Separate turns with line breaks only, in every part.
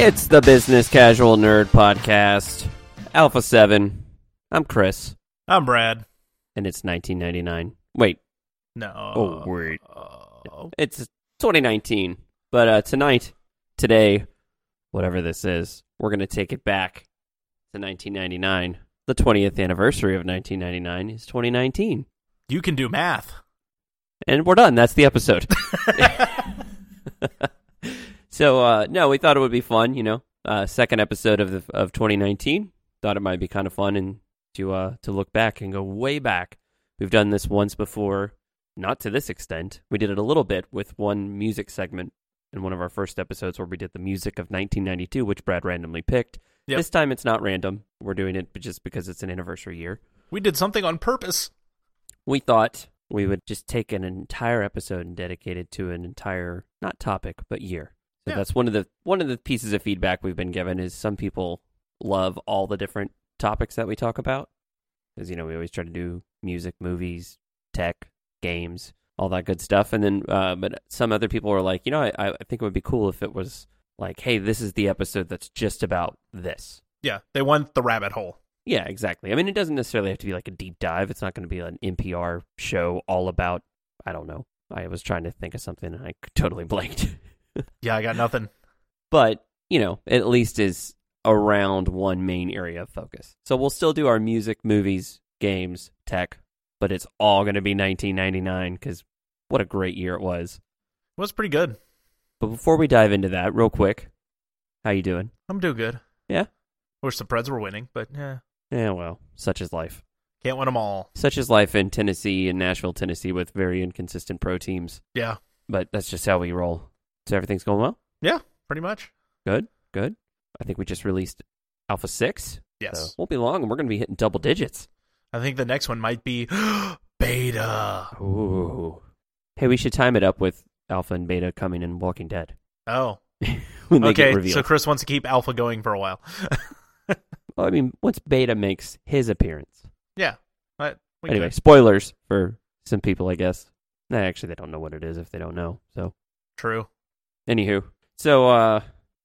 It's the Business Casual Nerd Podcast, Alpha 7. I'm Chris,
I'm Brad.
and it's 1999. Wait,
No.
oh, wait.
Oh.
It's 2019. But uh, tonight, today, whatever this is, we're going to take it back to 1999. The 20th anniversary of 1999 is 2019.
You can do math.
And we're done. That's the episode. so uh, no, we thought it would be fun. You know, uh, second episode of the, of 2019. Thought it might be kind of fun and to uh, to look back and go way back. We've done this once before, not to this extent. We did it a little bit with one music segment in one of our first episodes where we did the music of 1992, which Brad randomly picked.
Yep.
This time it's not random. We're doing it just because it's an anniversary year
We did something on purpose.
we thought we would just take an entire episode and dedicate it to an entire not topic but year. So
Yeah.
that's one of the one of the pieces of feedback we've been given is some people love all the different topics that we talk about because you know we always try to do music, movies, tech, games, all that good stuff. And then, uh, but some other people were like, you know, I, I think it would be cool if it was like, hey, this is the episode that's just about this.
Yeah, they went the rabbit hole.
Yeah, exactly. I mean, it doesn't necessarily have to be like a deep dive. It's not going to be an NPR show all about, I don't know. I was trying to think of something and I totally blanked.
Yeah, I got nothing.
but, you know, it at least is around one main area of focus. So we'll still do our music, movies, games, tech, but it's all going to be 1999 because what a great year it was.
It was pretty good.
But before we dive into that, real quick, how you doing?
I'm doing good.
Yeah?
Wish the Preds were winning, but yeah,
Yeah, well, such is life.
can't win them all.
Such is life in Tennessee and Nashville, Tennessee, with very inconsistent pro teams.
Yeah,
but that's just how we roll. So everything's going well.
pretty much.
Good, good. I think we just released Alpha Six.
Yes.
So won't be long, and we're going to be hitting double digits.
I think the next one might be Beta.
Ooh. Hey, we should time it up with Alpha and Beta coming in Walking Dead
Oh,
when they get
okay.
revealed.
So Chris wants to keep Alpha going for a while.
Well, I mean, once Beta makes his appearance.
But we
anyway,
could-
spoilers for some people, I guess. Nah, actually, they don't know what it is if they don't know. So,
true.
anywho, so uh,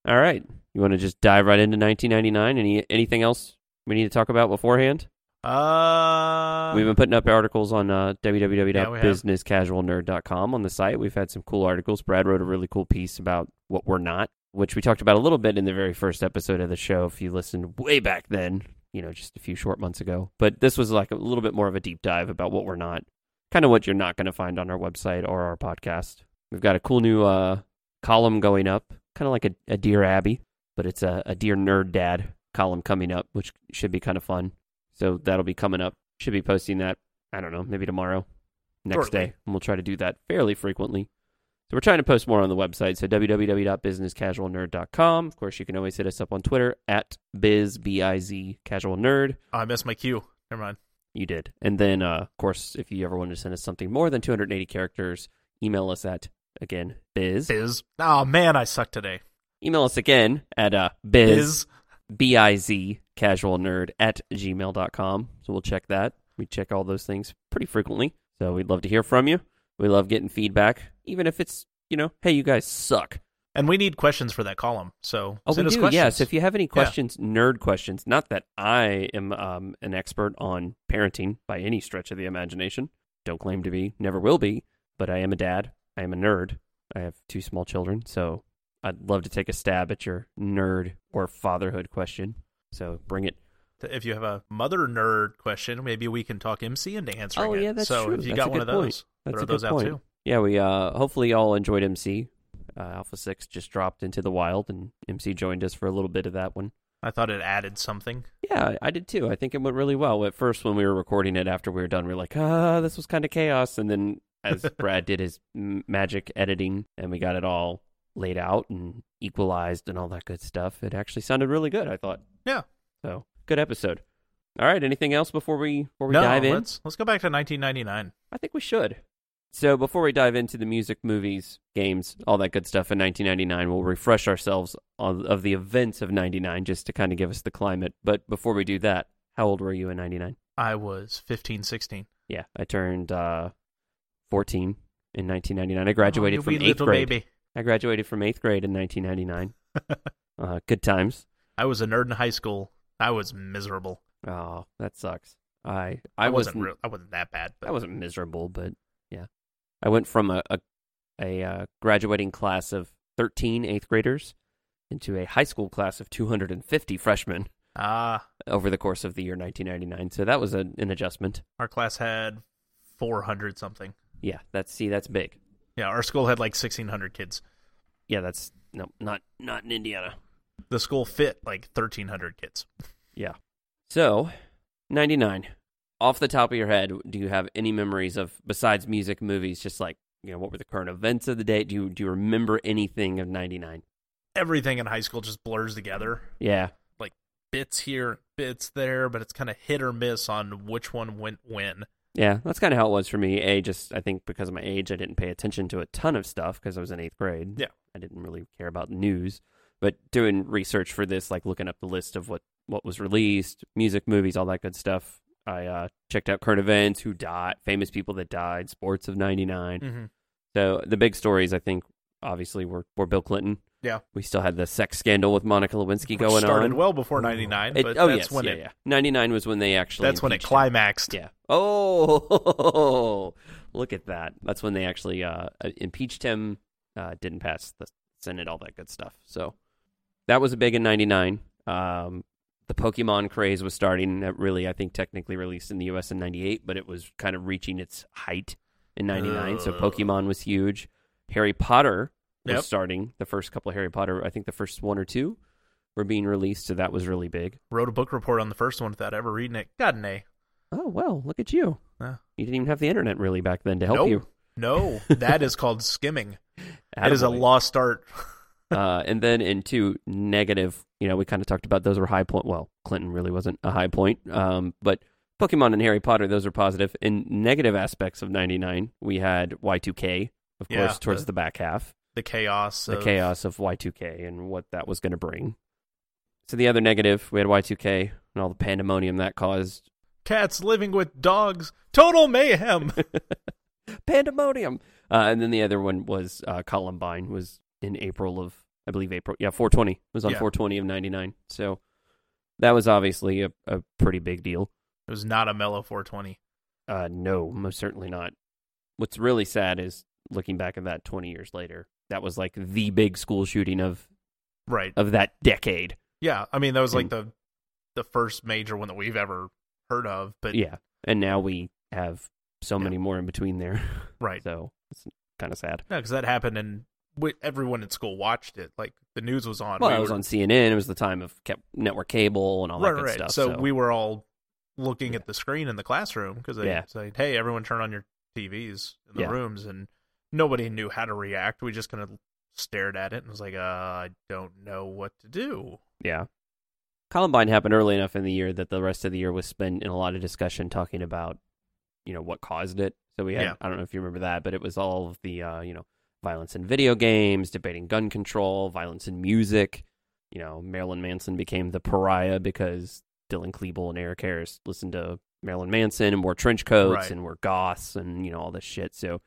all right, you want to just dive right into 1999? Any anything else we need to talk about beforehand?
Uh,
We've been putting up articles on uh,
Yeah, we have.
www.businesscasualnerd.com on the site. We've had some cool articles. Brad wrote a really cool piece about what we're not, which we talked about a little bit in the very first episode of the show. If you listened way back then, you know, just a few short months ago. But this was like a little bit more of a deep dive about what we're not, kind of what you're not going to find on our website or our podcast. We've got a cool new uh, column going up, kind of like a, a Dear Abby, but it's a, a Dear Nerd Dad column coming up, which should be kind of fun. So that'll be coming up. Should be posting that, I don't know, maybe tomorrow, next
Shortly.
day. And we'll try to do that fairly frequently. So we're trying to post more on the website. So www.businesscasualnerd.com. Of course, you can always hit us up on Twitter at biz, B-I-Z, casual nerd.
oh, I missed my cue. Never mind.
You did. And then, uh, of course, if you ever wanted to send us something more than 280 characters, email us at, again, biz.
Biz. Oh man, I suck today.
Email us again at uh, biz, B-I-Z, casual nerd at gmail.com. So we'll check that. We check all those things pretty frequently. So we'd love to hear from you. We love getting feedback, even if it's, you know, hey, you guys suck.
And we need questions for that column. So
Oh,
send
we
us
do.
questions.
Yeah. So if you have any questions, nerd questions, not that I am um, an expert on parenting by any stretch of the imagination. Don't claim to be, never will be, but I am a dad. I am a nerd. I have two small children. So I'd love to take a stab at your nerd or fatherhood question. So bring it.
if you have a mother nerd question, maybe we can talk MC into answering
Oh,
it.
yeah, that's
so
true.
if you
That's
got
a
one of
good point.
those,
That's
throw
a good
those out
point.
too.
Yeah. We uh, hopefully all enjoyed MC. Uh, Alpha 6 just dropped into the wild, and MC joined us for a little bit of that one.
I thought it added something.
Yeah, I- I did too. I think it went really well. At first, when we were recording it, after we were done, we were like, ah, this was kind of chaos. And then as Brad did his m- magic editing and we got it all laid out and equalized and all that good stuff, it actually sounded really good, I thought.
Yeah.
So, good episode. All right, anything else before we before we
no,
dive in?
let's let's go back to 1999.
I think we should. So before we dive into the music, movies, games, all that good stuff in 1999, we'll refresh ourselves on, of the events of 99 just to kind of give us the climate. But before we do that, how old were you in 99?
I was 15, 16.
Yeah, I turned uh, 14 in 1999. I graduated
oh, you
from
wee
eighth
little
grade.
baby.
I graduated from eighth grade in 1999. Uh, good times.
I was a nerd in high school. I was miserable.
Oh, that sucks. I
I,
I,
wasn't.
wasn't
real, I wasn't that bad. But
I wasn't miserable, but yeah, I went from a a, a uh, graduating class of 13 eighth graders into a high school class of 250 freshmen
Ah,
over the course of the year 1999. So that was an an adjustment.
our class had four hundred something.
Yeah, that's see, that's big.
Yeah, our school had like sixteen hundred kids.
Yeah, that's no, not not in Indiana.
The school fit like thirteen hundred kids.
So, 99. Off the top of your head, do you have any memories of besides music, movies, just like, you know, what were the current events of the day? Do you do you remember anything of 99?
Everything in high school just blurs together.
Yeah.
Bits here, bits there, but it's kind of hit or miss on which one went when.
Yeah, that's kind of how it was for me. A just I think because of my age, I didn't pay attention to a ton of stuff because I was in eighth grade.
Yeah.
I didn't really care about news. But doing research for this, like looking up the list of what what was released, music, movies, all that good stuff. I uh, checked out current events, who died, famous people that died, sports of '99.
Mm-hmm.
So the big stories, I think, obviously were were Bill Clinton.
Yeah.
we still had the sex scandal with Monica Lewinsky going
started
on.
well before ninety nine,
It-
but
oh
that's
yes,
when
yeah,
it
yeah. '99 was when they actually
that's when it
impeached him.
climaxed.
Yeah. Oh, look at that. That's when they actually uh, impeached him, uh, didn't pass the Senate, all that good stuff. So that was a big in 99. Um, the Pokemon craze was starting, that really, I think, technically released in the US in 98, but it was kind of reaching its height in 99. So
Ugh.
Pokemon was huge. Harry Potter was
Yep.
starting. The first couple of Harry Potter, I think the first one or two were being released. So that was really big.
Wrote a book report on the first one without ever reading it. Got an A.
Oh, well, look at you.
Yeah.
You didn't even have the internet really back then to help
Nope.
you.
No, that is called skimming. It is a
Attaboy.
lost art.
uh, and then in two negative, you know, we kind of talked about those were high point. Well, Clinton really wasn't a high point, um, but Pokemon and Harry Potter, those are positive. In negative aspects of '99, we had Y2K, of
Yeah,
course, towards
the-
the, back half,
The chaos.
the
of-
chaos of Y2K and what that was going to bring. So the other negative, we had Y2K and all the pandemonium that caused.
Cats living with dogs. Total mayhem.
Pandemonium, uh, and then the other one was uh, Columbine, was in April of, I believe April, yeah, 420 It was on
Yeah.
420 of 99. So that was obviously a, a pretty big deal.
It was not a mellow 420.
Uh, no, most certainly not. What's really sad is looking back at that 20 years later. That was like the big school shooting of
Right.
of that decade.
Yeah. I mean, that was like the the first major one that we've ever heard of. But
yeah, and now we have so
Yeah.
many more in between there.
right.
So it's kind of sad.
No, because that happened and we, everyone in school watched it. Like the news was on.
Well,
We
it was
were-
on CNN. It was the time of cap- network cable and all
right,
that good
right.
stuff.
so, we were all looking at the screen in the classroom because they
Yeah.
said, "Hey, everyone, turn on your TVs in the
Yeah.
rooms," and nobody knew how to react. We just kind of stared at it and was like, uh, "I don't know what to do."
Yeah. Columbine happened early enough in the year that the rest of the year was spent in a lot of discussion talking about, you know, what caused it. So we had,
Yeah.
I don't know if you remember that, but it was all of the, uh, you know, violence in video games, debating gun control, violence in music. You know, Marilyn Manson became the pariah because Dylan Klebold and Eric Harris listened to Marilyn Manson and wore trench coats
Right.
and were goths and, you know, all this shit. So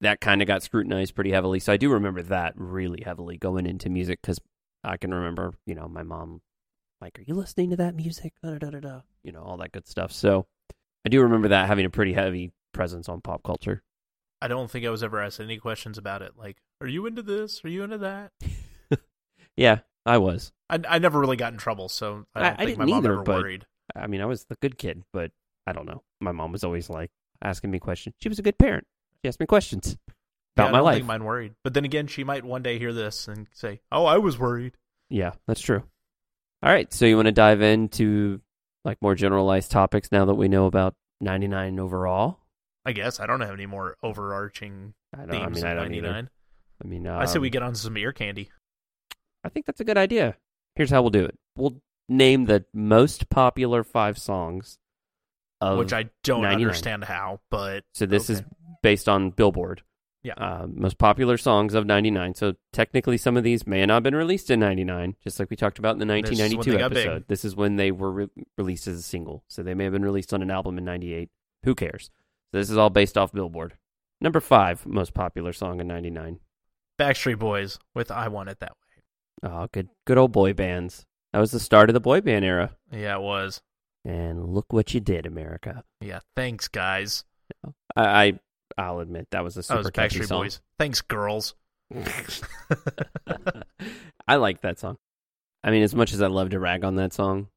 that kind of got scrutinized pretty heavily. So I do remember that really heavily going into music because I can remember, you know, my mom, like, are you listening to that music? Da, da, da, da, da. You know, all that good stuff. So I do remember that having a pretty heavy presence on pop culture.
I don't think I was ever asked any questions about it. Like, "Are you into this? Are you into that?"
Yeah, I was.
I, I never really got in trouble, so I
I-
don't
I
think my
didn't
mom
either,
ever
but-
worried.
I mean, I was the good kid, but I don't know. My mom was always like asking me questions. She was a good parent. She asked me questions
Yeah,
about
I
my
don't
life.
think mine worried. But then again, she might one day hear this and say, "Oh, I was worried."
Yeah, that's true. All right, so you want to dive into like more generalized topics now that we know about 99 overall?
I guess I don't have any more overarching
I don't.
themes
I mean,
in
I don't either.
'99.
I mean,
I say
um,
we get on some ear candy.
I think that's a good idea. Here's how we'll do it. We'll name the most popular five songs of
which I don't
99.
understand how, but
So this is
okay.
based on Billboard.
Yeah.
Uh, most popular songs of 99. So technically some of these may not have been released in 99, just like we talked about in the
This is when
1992
they got big.
episode. This is when they were re- released as a single. So they may have been released on an album in 98. Who cares? This is all based off Billboard. Number 5 most popular song in 99.
Backstreet Boys with "I Want It That Way."
Oh, good, good old boy bands. That was the start of the boy band era.
Yeah, it was.
And look what you did, America.
Yeah, thanks guys.
I, I I'll admit that was a
That
super
was
catchy
Backstreet
song.
Boys. Thanks girls.
I like that song. I mean, as much as I love to rag on that song,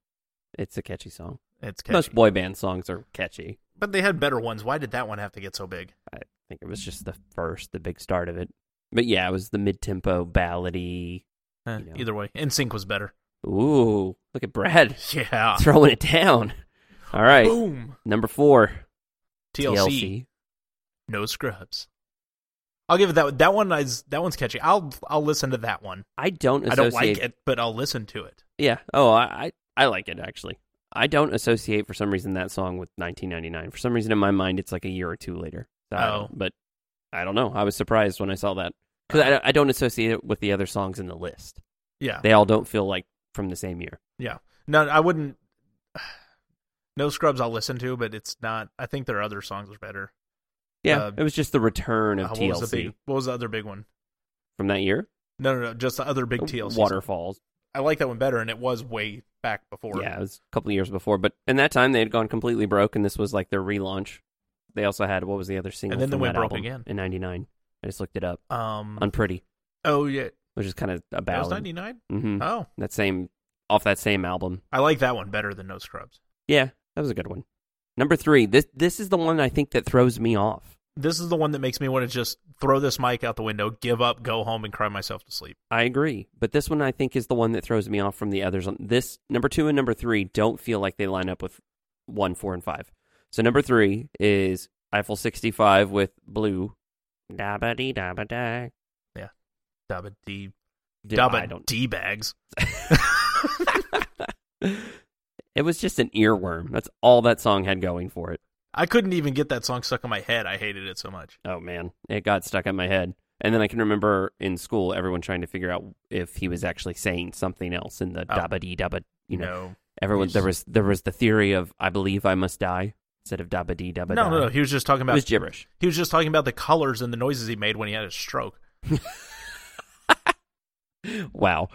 it's a catchy song.
It's
Most
catchy.
boy band songs are catchy.
But they had better ones. Why did that one have to get so big?
I think it was just the first, the big start of it. But yeah, it was the mid-tempo ballady.
Eh,
You know.
Either way, NSYNC was better.
Ooh, look at Brad
Yeah.
throwing it down. All right,
Boom.
number four,
TLC.
TLC.
No scrubs. I'll give it that. That one is that one's catchy. I'll I'll listen to that one.
I don't. Associate,
I don't like it, but I'll listen to it.
Yeah. Oh, I, I I like it actually. I don't associate for some reason that song with 1999. For some reason in my mind, it's like a year or two later. So I
Oh.
don't- but I don't know. I was surprised when I saw that because I, don't- I don't associate it with the other songs in the list.
Yeah.
They all don't feel like from the same year.
No, I wouldn't. No scrubs. I'll listen to, but it's not. I think their other songs are better.
Yeah,
Uh,
it was just the return
Uh,
of
what
TLC
was the big? What was the other big one?
from that year.
No, no, no. Just the other big TLC. song.
Waterfalls.
I like that one better, and it was way back before.
Yeah, it was a couple of years before, but in that time they had gone completely broke, and this was like their relaunch. They also had what was the other single?
then they
from
went
that
broke
album
again.
in '99. I just looked it up.
Um.
Unpretty,
oh yeah.
which is kind of a
That was
ballad.
ninety nine.
Mm-hmm.
Oh,
that same off that same album.
I like that one better than No Scrubs.
Yeah, that was a good one. Number three. This this is the one I think that throws me off.
This is the one that makes me want to just throw this mic out the window, give up, go home, and cry myself to sleep.
I agree, but this one I think is the one that throws me off from the others. This number two and number three don't feel like they line up with one, four, and five. So number three is Eiffel sixty five with Blue. Dabba dee dabba da.
Dabba D.
Did- I
Dabba
don't-
D bags.
It was just an earworm. That's all that song had going for it.
I couldn't even get that song stuck in my head. I hated it so much.
Oh man, it got stuck in my head. And then I can remember in school everyone trying to figure out if he was actually saying something else in the
Oh.
dabba dee dabba. You know, everyone
He's-
there was there was the theory of I believe I must die instead of dabba dee dabba.
no, no,
die.
no, He was just talking
It
about
was gibberish.
he was just talking about the colors and the noises he made when he had a stroke.
Wow.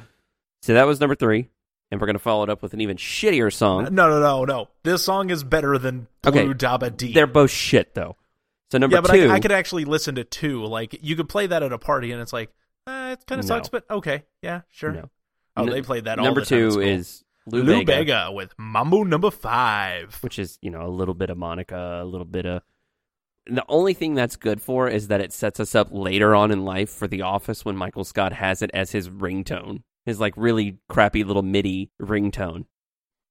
So that was number three, and we're gonna follow it up with an even shittier
No,
song.
no, no, no. This song is better than Blue
Okay.
Dabba D.
They're both shit though. So number
yeah, but
two,
I, I could actually listen to two. Like you could play that at a party, and it's like eh, it kind of
No.
sucks, but okay, yeah, sure.
No.
Oh,
N-
they played that. all
number
the time at
two
school.
is Lou,
Lou, Bega. with Mambo Number Five.
which is you know a little bit of Monica, a little bit of. The only thing that's good for is that it sets us up later on in life for The Office when Michael Scott has it as his ringtone, his like really crappy little MIDI ringtone.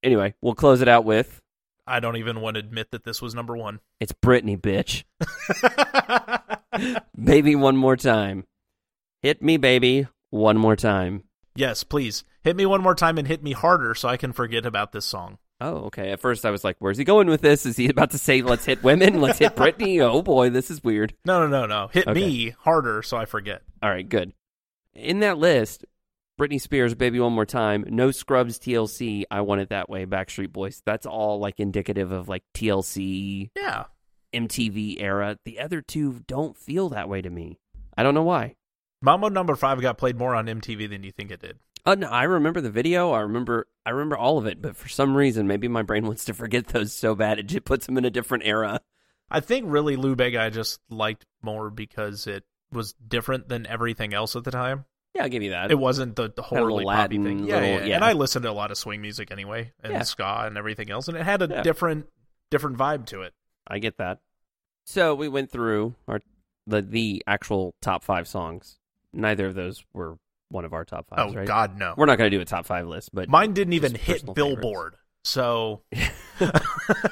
Anyway, we'll close it out with
I don't even want to admit that this was number one.
it's Britney, bitch, baby, one more time, hit me, baby, one more time.
yes, please hit me one more time and hit me harder so I can forget about this song.
Oh, okay. At first, I was like, "Where's he going with this? Is he about to say, let's hit women, let's hit Britney? Oh boy, this is weird."
No, no, no, no. Hit
Okay.
me harder so I forget.
All right, good. In that list, Britney Spears, Baby One More Time, No Scrubs, TLC, I Want It That Way, Backstreet Boys. That's all like indicative of like TLC,
Yeah,
MTV era. The other two don't feel that way to me. I don't know why.
Mambo Number Five got played more on MTV than you think it did.
Oh no, I remember the video. I remember I remember all of it, but for some reason, maybe my brain wants to forget those so bad it just puts them in a different era.
I think really Lou Bega I just liked more because it was different than everything else at the time.
Yeah, I'll give you that.
It wasn't the, the
of a
horribly poppy
Latin
thing.
little-
yeah, yeah,
yeah.
And I listened to a lot of swing music anyway, and
Yeah.
ska and everything else, and it had a
Yeah.
different different vibe to it.
I get that. So we went through our the the actual top five songs. Neither of those were one of our top fives,
oh
right?
God, no!
We're not going to do a top five list, but
Mine didn't even
Just
hit
personal
Billboard, so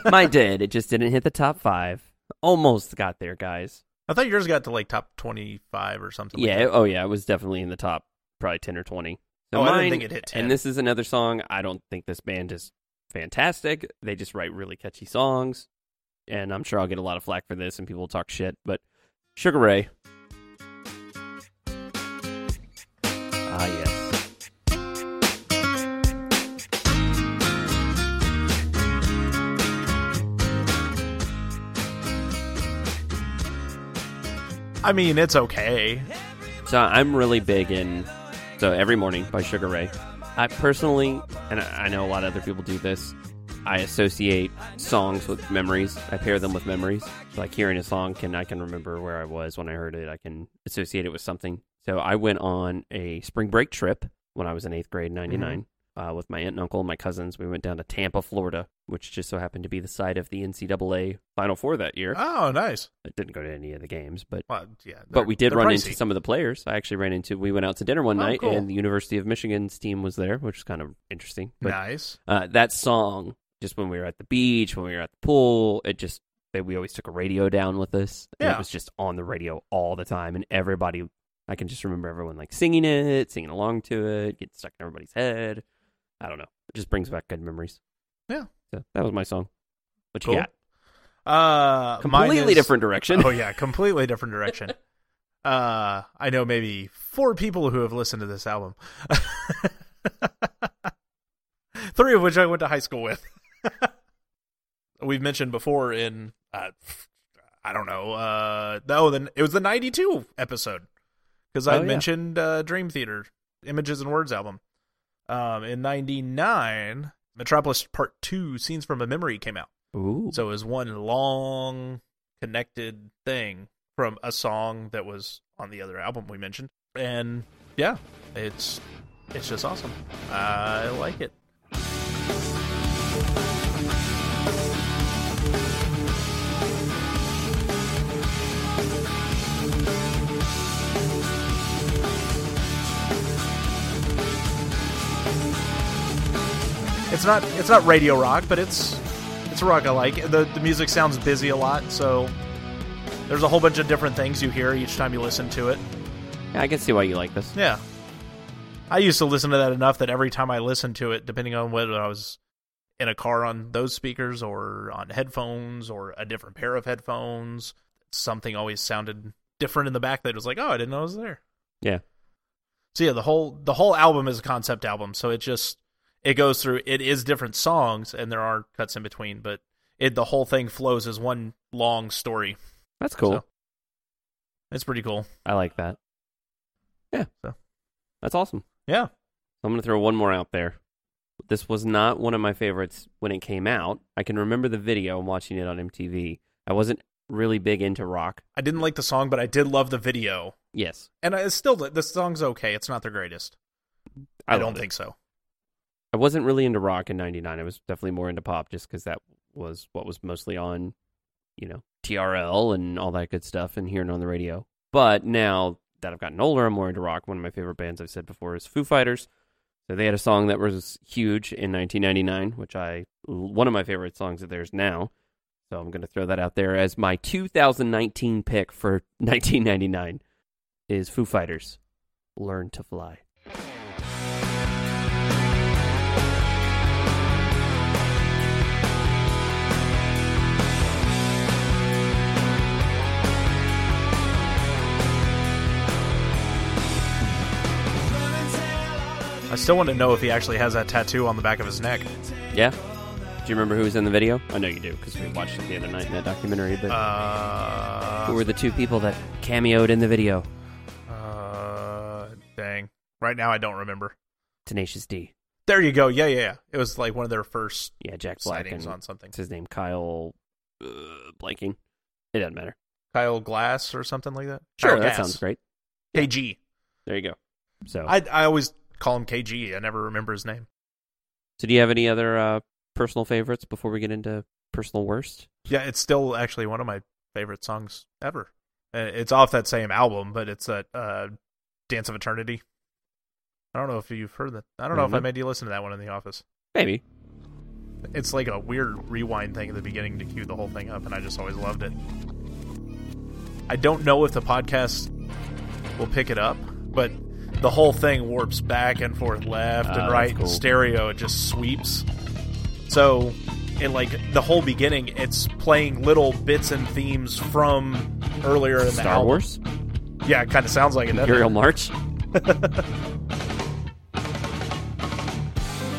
mine did. It just didn't hit the top five. Almost got there, guys.
I thought yours got to like top twenty five or something. like
Yeah.
that.
it- oh yeah. It was definitely in the top, probably ten or twenty. So
Oh, I
mine,
didn't think it hit 10.
And this is another song. I don't think this band is fantastic. They just write really catchy songs, and I'm sure I'll get a lot of flack for this, and people will talk shit. But Sugar Ray. Ah yes.
I mean it's okay.
So I'm really big in So Every Morning by Sugar Ray. I personally, and I I know a lot of other people do this, I associate songs with memories. I pair them with memories. Like hearing a song, can I can remember where I was when I heard it. I can associate it with something. So I went on a spring break trip when I was in eighth grade, ninety uh, with my aunt and uncle and my cousins. We went down to Tampa, Florida, which just so happened to be the site of the NCAA Final Four that year.
Oh, nice.
I didn't go to any of the games, but
Well, yeah. they're-
but we did
they're
run
pricey.
into some of the players. I actually ran into. We went out to dinner one
Oh,
night,
cool.
and the University of Michigan's team was there, which was kind of interesting. But
nice.
uh, that song, just when we were at the beach, when we were at the pool, it just they, we always took a radio down with us. and
Yeah.
it was just on the radio all the time, and everybody. I can just remember everyone like singing it, singing along to it, getting stuck in everybody's head. I don't know. It just brings back good memories.
Yeah.
So that was my song. What you
Cool.
got?
Uh, mine
Completely
is-
different direction.
Oh yeah, completely different direction. uh, I know maybe four people who have listened to this album. Three of which I went to high school with. We've mentioned before in uh, I don't know. Uh, oh, then it was the '92 episode because I
Oh, yeah.
mentioned uh, Dream Theater Images and Words album. Um, in '99, Metropolis Part Two: Scenes from a Memory came out.
Ooh.
So it was one long connected thing from a song that was on the other album we mentioned. And yeah, it's it's just awesome. I like it. It's not it's not radio rock, but it's it's rock I like. The the music sounds busy a lot, so there's a whole bunch of different things you hear each time you listen to it.
I can see why you like this.
Yeah. I used to listen to that enough that every time I listened to it, depending on whether I was in a car on those speakers or on headphones or a different pair of headphones, something always sounded different in the back that was like, "Oh, I didn't know it was there."
Yeah.
So yeah, the whole the whole album is a concept album, so it just it goes through it is different songs and there are cuts in between, but it the whole thing flows as one long story.
That's cool.
So, it's pretty cool.
I like that. Yeah.
So.
That's awesome.
Yeah.
I'm going to throw one more out there. This was not one of my favorites when it came out. I can remember the video and watching it on MTV. I wasn't really big into rock.
I didn't like the song, but I did love the video.
Yes.
And I it's still the song's okay. It's not the greatest. I, don't
loved it.
think so.
I wasn't really into rock in 99. I was definitely more into pop just because that was what was mostly on, you know, TRL and all that good stuff and hearing on the radio. But now that I've gotten older, I'm more into rock. One of my favorite bands I've said before is Foo Fighters. So they had a song that was huge in 1999, which I, one of my favorite songs of theirs now. So I'm going to throw that out there as my 2019 pick for 1999 is Foo Fighters, Learn to Fly.
I still want to know if he actually has that tattoo on the back of his neck.
Yeah. Do you remember who was in the video? I know you do because we watched it the other night Uh, in that documentary. But who
Uh,
were the two people that cameoed in the video?
uh, dang. Right now, I don't remember.
Tenacious D.
There you go. Yeah, yeah, yeah. It was like one of their first
Yeah, Jack Black
sightings
and
on something.
what's his name? Kyle uh, blanking. It doesn't matter.
Kyle Glass or something like that. Kyle
that
Gass.
sounds great.
KG.
There you go. So,
I I always call him KG. I never remember his name.
so do you have any other uh, personal favorites before we get into personal worst?
Yeah, it's still actually one of my favorite songs ever. Uh, It's off that same album, but it's that uh, Dance of Eternity. I don't know if you've heard that. I don't know if I
Mhm.
made you listen to that one in the office.
Maybe.
It's like a weird rewind thing at the beginning to cue the whole thing up, and I just always loved it. I don't know if the podcast will pick it up, but the whole thing warps back and forth, left
Ah,
and
that's
right, and
cool.
stereo. It just sweeps. So, in like the whole beginning, it's playing little bits and themes from earlier in the
Star
album.
Wars?
Yeah, it kind of sounds like it. doesn't it?
Imperial March?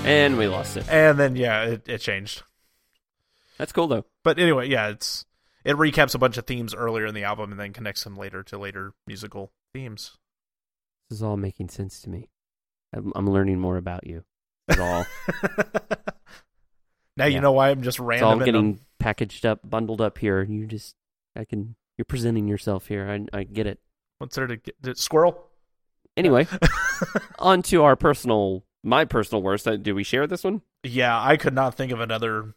and we lost it.
And then yeah, it, it changed.
That's cool though.
But anyway, yeah, it's it recaps a bunch of themes earlier in the album and then connects them later to later musical themes.
This is all making sense to me. I'm, I'm learning more about you. That's all.
now
Yeah.
you know why I'm just
it's all
random. and, um,
getting packaged up, bundled up here. You just, I can, you're presenting yourself here. I, I get it.
what's there to get? to- Squirrel.
Anyway, on to our personal, my personal worst. Uh, Do we share this one?
Yeah, I could not think of another.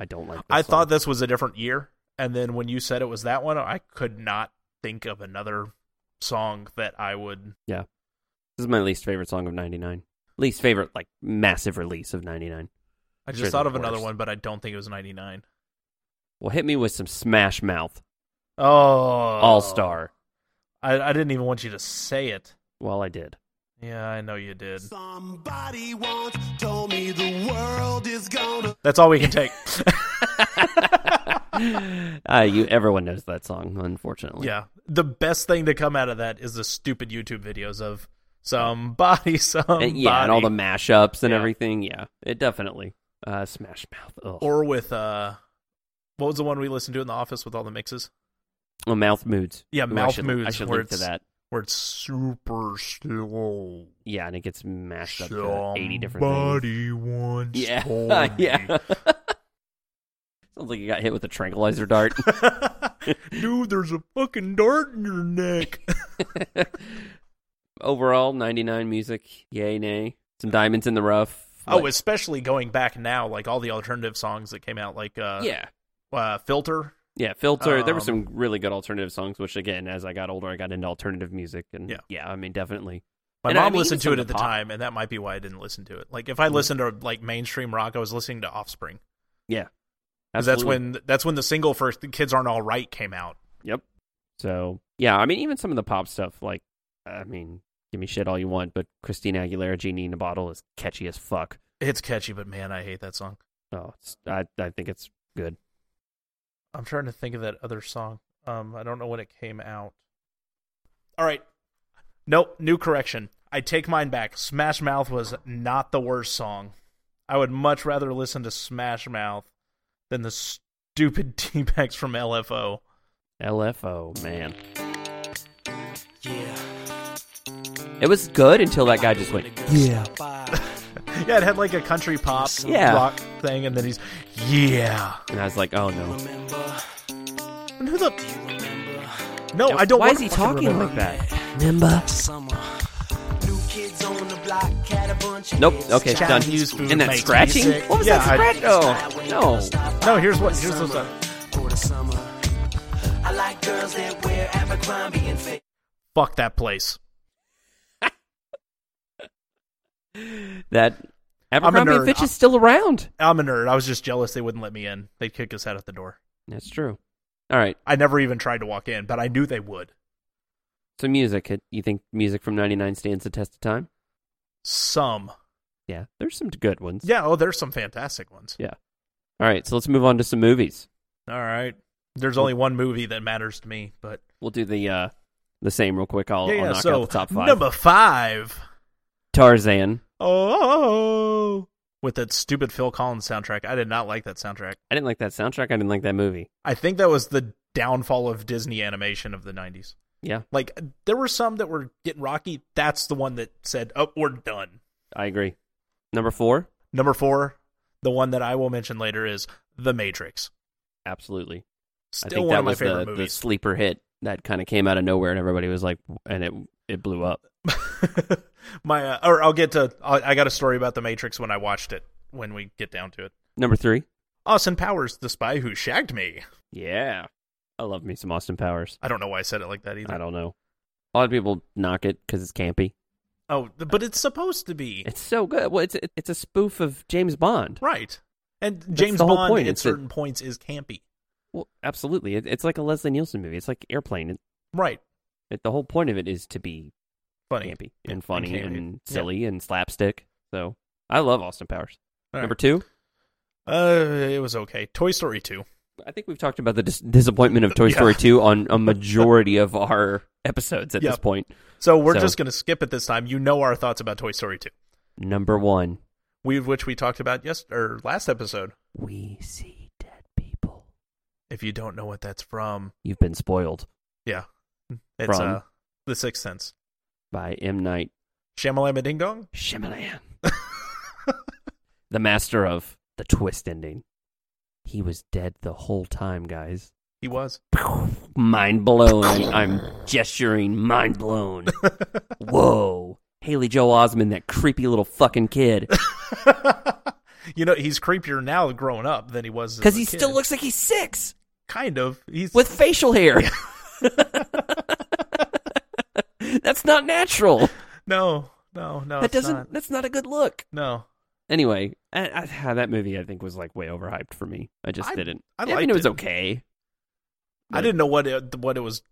I don't like. This
I
song.
thought this was a different year, and then when you said it was that one, I could not think of another song that I would.
this is my least favorite song of '99. Least favorite, like massive release of '99.
I just
Sure,
thought
the
of another
worst.
one, but I don't think it was '99.
Well, hit me with some Smash Mouth
Oh,
All
All
Star.
I, I didn't even want you to say it.
Well, I did.
Yeah, I know you did.
Somebody once told me the world is gonna.
That's all we can take.
uh, you, everyone knows that song, unfortunately.
yeah, the best thing to come out of that is the stupid YouTube videos of somebody,
Uh,
somebody,
yeah, and all the mashups and
Yeah.
everything. Yeah, it definitely. Uh, Smash Mouth. Ugh.
or with uh, what was the one we listened to in the office with all the mixes?
Oh, mouth moods.
Yeah,
Ooh, I
Mouth
should- I
Moods,
should
where
link to
it's-
that.
where it's super slow.
Yeah, and it gets mashed up to
Somebody
80 different things.
once told
Yeah.
me.
yeah. Sounds like you got hit with a tranquilizer dart.
Dude, there's a fucking dart in your neck.
Overall, 99 music. Yay, nay. Some diamonds in the rough.
oh,
Like-
especially going back now, like all the alternative songs that came out, like uh,
yeah.
uh Filter.
Yeah, Filter. there were
Um,
some really good alternative songs, which, again, as I got older, I got into alternative music. And yeah,
Yeah.
I mean, definitely.
My
And I
mom
mean,
listened
even
to
some
it at
of the
the
pop. Mm-hmm.
time, and that might be why I didn't listen to it. Like if I listened to like mainstream rock, I was listening to Offspring. 'Cause That's
Absolutely.
when that's when the single for "The Kids Aren't All Right" came out.
Yep. So yeah, I mean, even some of the pop stuff, like I mean, give me shit all you want, but Christina Aguilera, "Genie in a Bottle" is catchy as fuck.
It's catchy, but man, I hate that song.
Oh, it's, I I think it's good.
I'm trying to think of that other song. Um, I don't know when it came out. All right. Nope. New correction. I take mine back. Smash Mouth was not the worst song. I would much rather listen to Smash Mouth than the stupid T-Backs from LFO.
LFO man,
Yeah.
it was good until that guy just went.
Yeah.
Yeah, it had like a country pop
Yeah.
rock thing, and then he's yeah.
And I was like, oh no,
Remember,
And who the
remember
no? I don't.
Why
wanna
is he
fucking
talking
remember.
like that?
summer. New kids on the block had a bunch of
Nope.
kids.
Okay, done.
Chinese food
And that
makes me
scratching.
sick.
What was
Yeah,
that
I-
scratch? Oh no.
No, here's what. Here's what's up.
For the summer. I like girls that wear Abercrombie and fit.
Fuck that place.
That
nerd.
Abercrombie Fitch is still around.
I'm a nerd. I was just jealous they wouldn't let me in. They'd kick us out at the door.
That's true. All right,
I never even tried to walk in, but I knew they would.
so music. You think music from '99 stands the test of time?
Some.
Yeah, there's some good ones.
Yeah, oh, there's some fantastic ones.
All right, so let's move on to some movies.
All right. There's only one movie that matters to me, but
We'll do the uh the same real quick. I'll,
yeah,
I'll
yeah,
knock
so
out the top five.
number five.
Tarzan.
Oh, with that stupid Phil Collins soundtrack. I did not like that soundtrack.
I didn't like that soundtrack. I didn't like that movie.
I think that was the downfall of Disney animation of the 90s.
Yeah,
Like there were some that were getting rocky. That's the one that said, "Oh, we're done."
I agree. Number four,
Number 4, the one that I will mention later is The Matrix.
absolutely. I
Still
think
one
that
of my
was
favorite
the, the
movies.
sleeper hit that kind of came out of nowhere, and everybody was like, and it it blew up.
my uh, or I'll get to I, I got a story about the Matrix when I watched it when we get down to it.
Number three,
Austin Powers, the spy who shagged me.
yeah, I love me some Austin Powers.
I don't know why I said it like that either.
I don't know. A lot of people knock it because it's campy.
Oh, th- but it's supposed to be
It's so good. Well, it's it's a spoof of James Bond.
right. And James
the whole
Bond
point,
at
it's that-
certain points is campy.
Well, absolutely. It, it's like a Leslie Nielsen movie. It's like Airplane. It,
Right.
it, the whole point of it is to be
Funny.
campy
Yeah,
and funny
campy.
and,
Yeah.
silly and slapstick. So I love Austin Powers.
All right.
Number two,
Uh, it was okay. Toy Story 2.
I think we've talked about the dis- disappointment of Toy
Yeah.
Story two on a majority of our episodes at this
Yep.
point.
So we're
So-
just going to skip it this time. You know our thoughts about Toy Story 2,
Number one,
we which we talked about yes or last episode.
we see dead people.
If you don't know what that's from,
You've been spoiled
yeah, it's
From?
uh, The Sixth Sense.
by M Night
Shamalama Ding Dong?
Shyamalan. the master of the twist ending. He was dead the whole time, guys.
He was.
Mind blown. I'm gesturing, mind blown. Whoa. Haley Joel Osmond, that creepy little fucking kid.
you know, he's creepier now growing up than he was
Because
as a
he
kid.
still looks like he's six
kind of. He's
with facial hair. That's not natural.
no, no, no.
that
it's
doesn't.
not.
That's not a good look.
No,
Anyway, I, I, that movie I think was like way overhyped for me. I just
I-
didn't.
I
mean
liked
it was
it.
okay.
I didn't know what it, what it was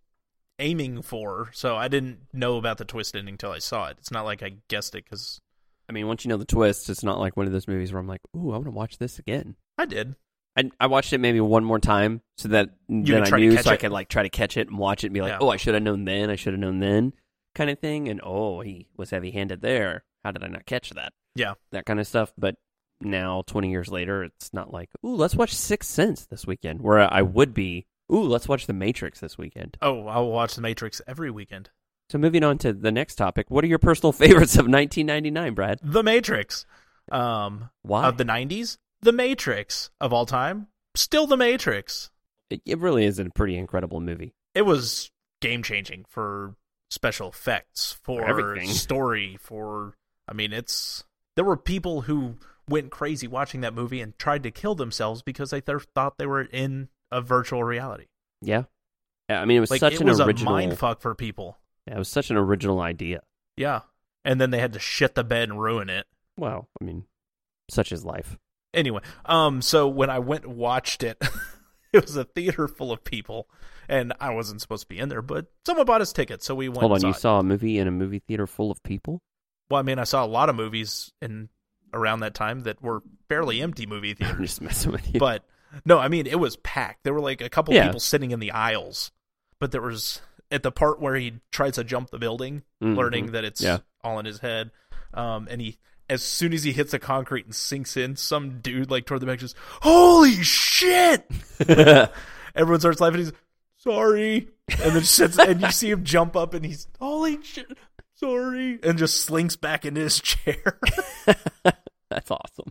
aiming for, so I didn't know about the twist ending until I saw it. It's not like I guessed it because
I mean, once you know the twist, it's not like one of those movies where I'm like, "Ooh, I want to watch this again."
I did.
I, I watched it maybe one more time so that
can
then I
try to
knew,
catch
so I
it.
could like try to catch it and watch it and be like,
Yeah.
"Oh, I should have known then. I should have known then," kind of thing. And oh, he was heavy-handed there. How did I not catch that?
Yeah.
that kind of stuff. But now, 20 years later, it's not like, "Ooh, let's watch Sixth Sense this weekend," where I would be, "Ooh, let's watch The Matrix this weekend."
Oh, I'll watch The Matrix every weekend.
So moving on to the next topic, what are your personal favorites of 1999, Brad?
The Matrix, um,
Why?
of the '90s, The Matrix of all time, still The Matrix.
It, it really is a pretty incredible movie.
It was game changing for special effects, for
everything.
story, for I mean, it's there were people who went crazy watching that movie and tried to kill themselves because they th- thought they were in a virtual reality.
Yeah. Yeah, I mean, it was
like
such
it
an
was
original.
a mind fuck for people.
yeah, it was such an original idea.
Yeah, and then they had to shit the bed and ruin it.
Well, I mean, such is life.
Anyway, um, so when I went and watched it, it was a theater full of people, and I wasn't supposed to be in there, but someone bought us tickets, so we went.
Hold on,
and
you
saw it.
saw a movie in a movie theater full of people?
Well, I mean, I saw a lot of movies in around that time that were fairly empty movie
I'm
theaters,
just messing with you.
but no, I mean it was packed. There were like a couple
Yeah.
people sitting in the aisles, but there was at the part where he tries to jump the building,
Mhm.
learning that it's
Yeah.
all in his head, um, and he. As soon as he hits the concrete and sinks in, some dude like toward the back just, "Holy shit!" everyone starts laughing. He's sorry, and then sits, and you see him jump up, and he's holy shit, sorry, and just slinks back into his chair.
That's awesome.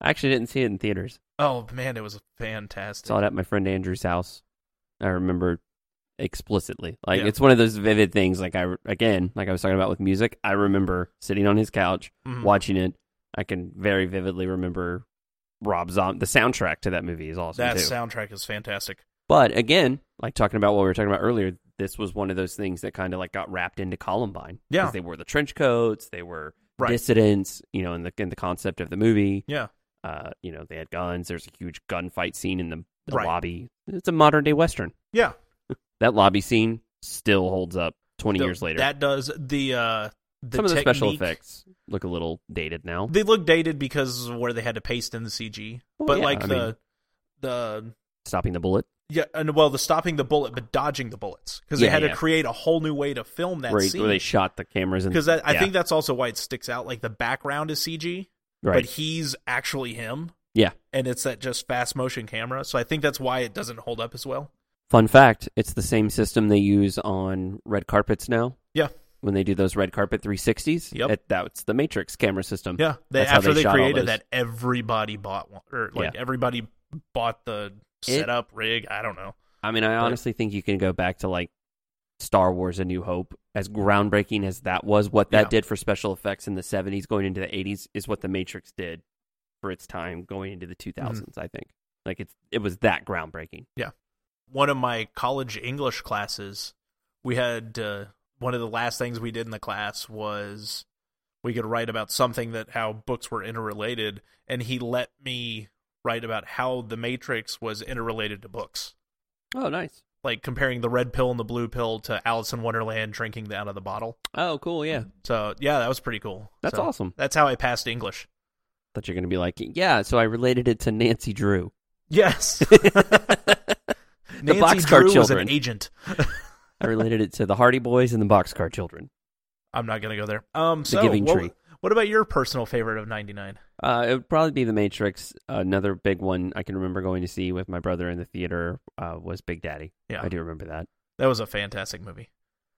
I actually didn't see it in theaters.
oh man, it was fantastic.
saw it at my friend Andrew's house. I remember explicitly. Like
Yeah.
it's one of those vivid things. Like I again, like I was talking about with music, I remember sitting on his couch
Mhm.
watching it. I can very vividly remember Rob Zombie. The soundtrack to that movie is awesome
that
too.
soundtrack is fantastic.
but again, like talking about what we were talking about earlier, this was one of those things that kind of like got wrapped into Columbine. 'Cause
Yeah.
they wore the trench coats. They were
Right.
dissidents. You know, in the in the concept of the movie
Yeah,
uh, you know, they had guns. There's a huge gunfight scene in the, the
Right.
lobby. It's a modern day western.
yeah.
That lobby scene still holds up 20
The-
years later.
that does the uh, the
Some of the special
technique-
effects look a little dated now.
They look dated because of where they had to paste in the CG,
Well,
but
yeah,
like
I
the
mean-
the
Stopping the bullet,
yeah, and well, the stopping the bullet, but dodging the bullets because
Yeah,
they had
yeah.
to create a whole new way to film that
where,
scene.
where they shot the cameras, and
because I
yeah,
think that's also why it sticks out. Like the background is CG,
right,
but he's actually him,
yeah.
and it's that just fast motion camera. So I think that's why it doesn't hold up as well.
Fun fact: it's the same system they use on red carpets now.
Yeah,
When they do those red carpet 360s,
Yep.
It- that's the Matrix camera system.
yeah. They,
That's how
after they,
shot all those.
created that, everybody bought one, or like
Yeah.
everybody bought the
It-
setup rig. I don't know.
I mean, I honestly think you can go back to like Star Wars: A New Hope, as groundbreaking as that was. What that
Yeah.
did for special effects in the '70s, going into the '80s, is what the Matrix did for its time, going into the 2000s. I think like it's it was that groundbreaking.
One of my college English classes, we had uh, one of the last things we did in the class was we could write about something that how books were interrelated, and he let me write about how the Matrix was interrelated to books.
Oh, nice.
like comparing the red pill and the blue pill to Alice in Wonderland drinking the, out of the bottle.
Oh, cool. Yeah,
So yeah, that was pretty cool.
that's
So,
awesome.
That's how I passed English.
That you're gonna be like, yeah. So I related it to Nancy Drew.
Yes, Nancy
Boxcar
Drew was
Children.
an agent.
I related it to the Hardy Boys and the Boxcar Children.
I'm not gonna go there. Um,
The
so
Giving
what,
Tree.
what about your personal favorite of '99?
Uh, it would probably be The Matrix. Another big one I can remember going to see with my brother in the theater uh, was Big Daddy.
Yeah.
I do remember that.
That was a fantastic movie.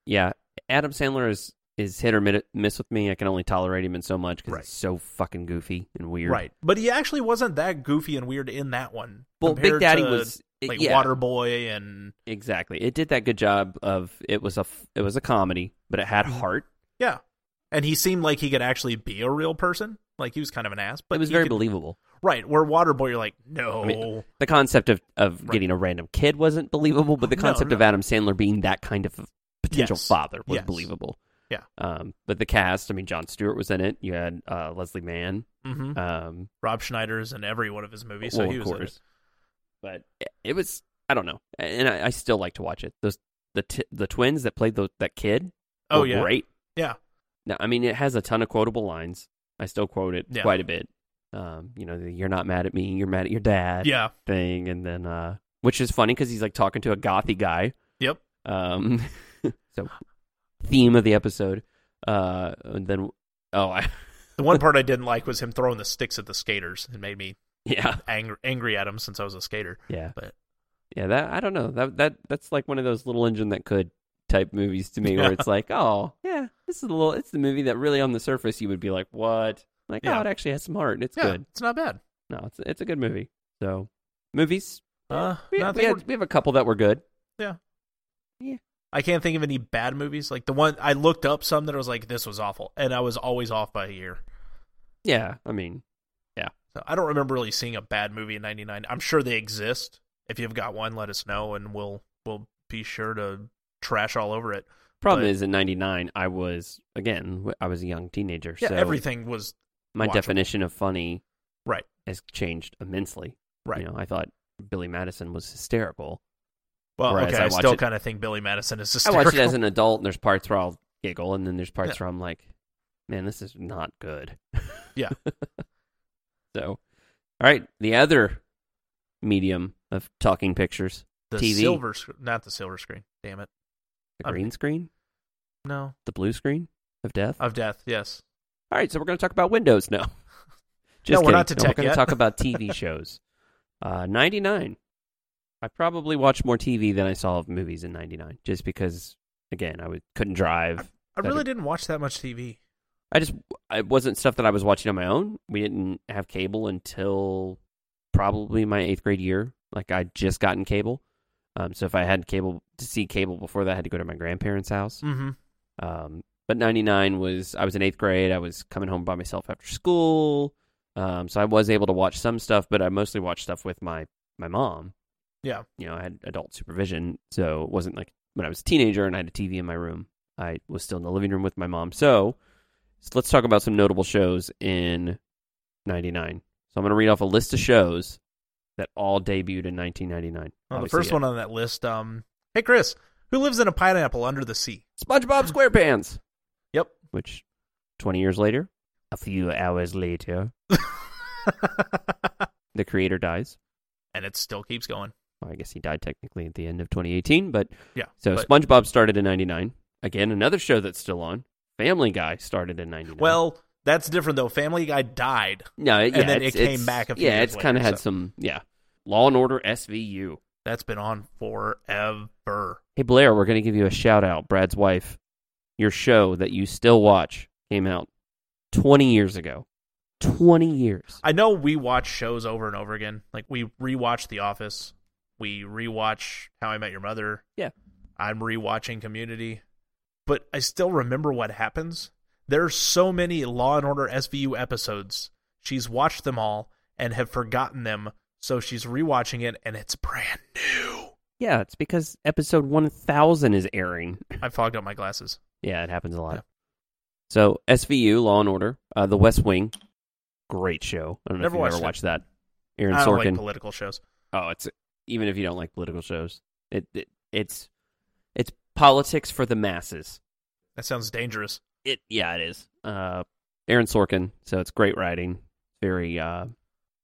Yeah, Adam Sandler is is hit or mi- miss with me. I can only tolerate him in so much because
Right.
it's so fucking goofy and weird.
Right. But he actually wasn't that goofy and weird in that one.
Well, Big
compared
Daddy
to,
was it-
like
yeah,
Waterboy and
exactly. It did that good job of it was a f- it was a comedy, but it
Mm-hmm.
had heart.
yeah. And he seemed like he could actually be a real person. Like he was kind of an ass, but
it was
he
very
could-
believable.
Right, where Waterboy, you're like, no,
I mean, The concept of of
Right.
getting a random kid wasn't believable, but the
No,
concept of
no.
Adam Sandler being that kind of potential
Yes.
father was
Yes.
believable.
Yeah.
Um, but the cast, I mean, John Stewart was in it. You had uh, Leslie Mann.
hmm
Um,
Rob Schneider's in every one of his movies, so
well,
he
Oh, of
was in
course. But it- it was I don't know, and I, I still like to watch it. Those the t- the twins that played the, that kid.
it. Oh
were
yeah,
great.
Yeah.
No, I mean it has a ton of quotable lines. I still quote it
Yeah.
quite a bit. Um, you know, the, you're not mad at me, you're mad at your dad
yeah,
thing, and then uh, which is funny because he's like talking to a gothy guy.
yep.
Um, so theme of the episode. Uh, and then oh, I
The one part I didn't like was him throwing the sticks at the skaters. It made me
yeah,
angry, angry at him since I was a skater.
yeah,
But-
yeah. That I don't know. That that that's like one of those little engine that could type movies to me where it's like, oh yeah, this is a little. It's the movie that really on the surface you would be like, what? Like oh,
Yeah.
it actually has some heart and it's
yeah,
good.
it's not bad.
No, it's it's a good movie. So movies,
Uh,
we,
no, I,
we
think
had-
we're-
we have a couple that were good.
I can't think of any bad movies. Like the one I looked up some that I was like, this was awful, and I was always off by a year.
Yeah, I mean,
So I don't remember really seeing a bad movie in '99. I'm sure they exist. If you've got one, let us know, and we'll we'll be sure to trash all over it.
problem
But-
is in '99 I was again w- I was a young teenager,
Yeah,
so
everything was
my
watchable.
definition of funny
Right.
has changed immensely.
right.
You know, I thought Billy Madison was hysterical.
Well,
Whereas
okay,
I
I,
watch
still
it-
kind of think Billy Madison
I
is hysterical.
watched it as an adult, and there's parts where I'll giggle, and then there's parts
Yeah.
where I'm like, "Man, this is not good."
Yeah.
so, all right, the other medium of talking pictures,
the
TV.
silver, sc- not the silver screen. Damn it,
the
Um,
green screen,
no,
the blue screen of death.
of death. Yes,
All right, so we're going to talk about Windows now. Just
we're not to
kidding.
tech
we're going
yet.
to talk about TV shows. Uh, 99. I probably watched more TV than I saw of movies in 99 just because again, I would, couldn't drive.
I
That
really
is-
didn't watch that much TV.
I just it wasn't stuff that I was watching on my own. We didn't have cable until probably my 8th grade year. Like I just gotten cable. Um, so if I had cable to see cable before that, I had to go to my grandparents' house.
Mm-hmm.
Um, but 99 was, I was in eighth grade. I was coming home by myself after school. Um, so I was able to watch some stuff, but I mostly watched stuff with my, my mom.
Yeah.
You know, I had adult supervision. So it wasn't like when I was a teenager and I had a TV in my room, I was still in the living room with my mom. So, so let's talk about some notable shows in 99. So I'm going to read off a list of shows that all debuted in 1999.
Well, the
Obviously,
first
yeah.
one on that list. Um, hey Chris, who lives in a pineapple under the sea?
SpongeBob SquarePants.
Yep.
Which, 20 years later, a few hours later, the creator dies.
and it still keeps going.
Well, I guess he died technically at the end of 2018, but
Yeah.
so
but-
SpongeBob started in 99. Again, another show that's still on. Family Guy started in 99.
well, that's different though. Family Guy died.
no, yeah,
then
it's-
it came
it's-
back a few
Yeah,
years
it's kind of
later,
had
so-
some, yeah. Law and Order SVU.
That's been on forever.
Hey, Blair, we're going to give you a shout out. Brad's wife, your show that you still watch came out 20 years ago. 20 years.
I know we watch shows over and over again. Like we rewatch The Office, we rewatch How I Met Your Mother.
Yeah.
I'm rewatching Community, but I still remember what happens. There's so many Law and Order SVU episodes. She's watched them all and have forgotten them, so she's rewatching it, and it's brand new.
Yeah, it's because episode 1000 is airing.
I fogged up my glasses.
Yeah, it happens a lot.
Yeah.
So SVU, Law and Order, uh, The West Wing, great show. I don't know
Never
if you
watched
ever
it.
watched that. Aaron
I don't like
Sorkin.
political shows.
oh, it's even if you don't like political shows, it, it it's it's politics for the masses.
That sounds dangerous.
It yeah, it is. Uh, Aaron Sorkin. So it's great writing, very uh,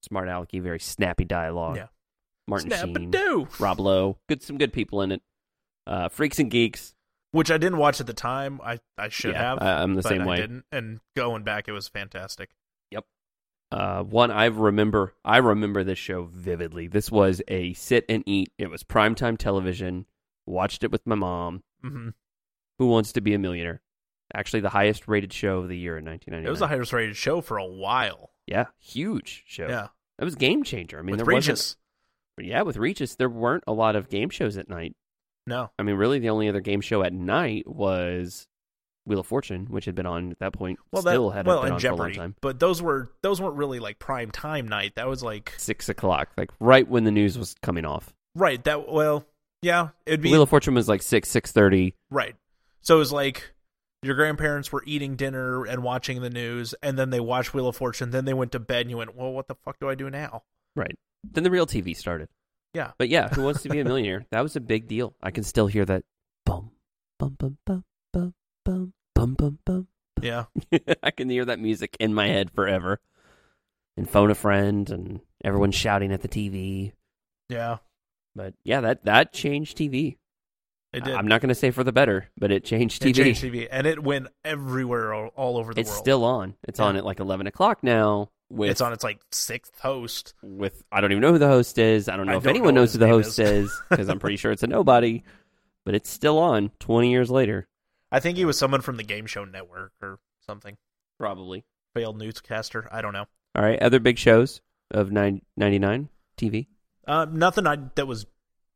smart alecky, very snappy dialogue.
Yeah.
Martin
Snap and
Sheen,
do.
Rob Lowe, good some good people in it. Uh, Freaks and Geeks.
Which I didn't watch at the time. I, I should
Yeah,
have.
I- I'm the
but
same
I
way.
didn't. And going back, it was fantastic.
uh, one I remember. I remember this show vividly. This was a sit and eat. It was primetime television. Watched it with my mom.
hmm
Who wants to be a millionaire? Actually, the highest rated show of the year in 1999.
It was the highest rated show for a while.
yeah, huge show.
Yeah,
that was game changer. I mean,
with
there
Regis.
wasn't yeah with Regis there weren't a lot of game shows at night.
No,
I mean, really, the only other game show at night was Wheel of Fortune, which had been on at that point.
well, that,
still had
well,
been
and
on for a long
Jeopardy,
time.
but those were those weren't really like prime time night. That was like
Six o'clock, like right when the news was coming off.
right. That well, yeah, it'd be
Wheel of Fortune was like six, six thirty.
Right. So it was like your grandparents were eating dinner and watching the news, and then they watched Wheel of Fortune, then they went to bed, and you went, well, what the fuck do I do now?
Right. Then the real TV started.
Yeah.
But yeah, Who Wants to Be a Millionaire? That was a big deal. I can still hear that bum, bum, bum, bum, bum, bum, bum, bum, bum.
Yeah.
I can hear that music in my head forever. And phone a friend and everyone shouting at the TV.
Yeah.
But yeah, that, that changed TV.
It did.
I'm not going to say for the better, but it changed TV.
It changed TV. And it went everywhere all, all over the
it's
world.
still on. It's
Yeah.
on at like 11 o'clock now. With,
it's on its like sixth host.
with I don't even know who the host is. I don't know
I
if
don't
anyone
know
knows
what
who
his
the
name
host
is.
is because I'm pretty sure it's a nobody. But it's still on 20 years later,
I think he was someone from the Game Show Network or something.
probably.
Failed newscaster. I don't know.
All right, other big shows of nine ninety nine TV.
Uh, nothing I, that was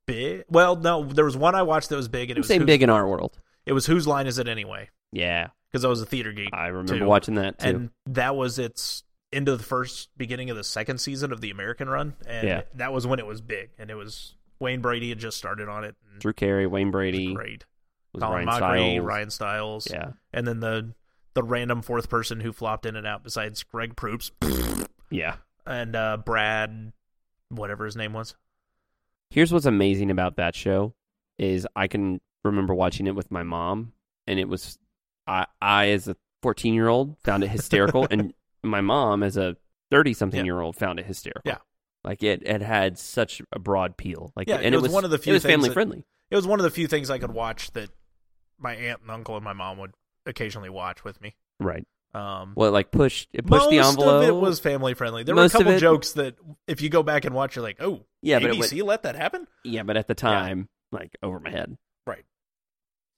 big. Well, no, there was one I watched that was big, and it
I'm
was
saying
Whose-
big in our world.
It was whose line is it anyway?
Yeah,
Because I was a theater geek.
I remember
Two.
watching that too.
and that was its end of the first beginning of the second season of the american run and
Yeah.
that was when it was big and it was wayne brady had just started on it and
Drew Carey, Wayne
it
Brady,
was great
was Ryan
colin mockery
Stiles.
ryan styles
Yeah,
and then the the random fourth person who flopped in and out besides greg proops
yeah.
and uh brad whatever his name was
Here's what's amazing about that show is I can remember watching it with my mom, and it was I I as a 14 year old found it hysterical, and my mom as a 30 something
Yeah.
year old found it hysterical.
Yeah.
like it it had such a broad appeal. Like
Yeah,
and
it was one of the few
it was
things
family
that-
friendly.
it was one of the few things i could watch that my aunt and uncle and my mom would occasionally watch with me
Right.
um
Well, it, like pushed it pushed
most
the envelope.
of it was family friendly. There
Most of
were a couple
it-
jokes that if you go back and watch, you're like, oh,
yeah, but it
ABC
was,
let that happen.
yeah, but at the time, like over my head.
Right.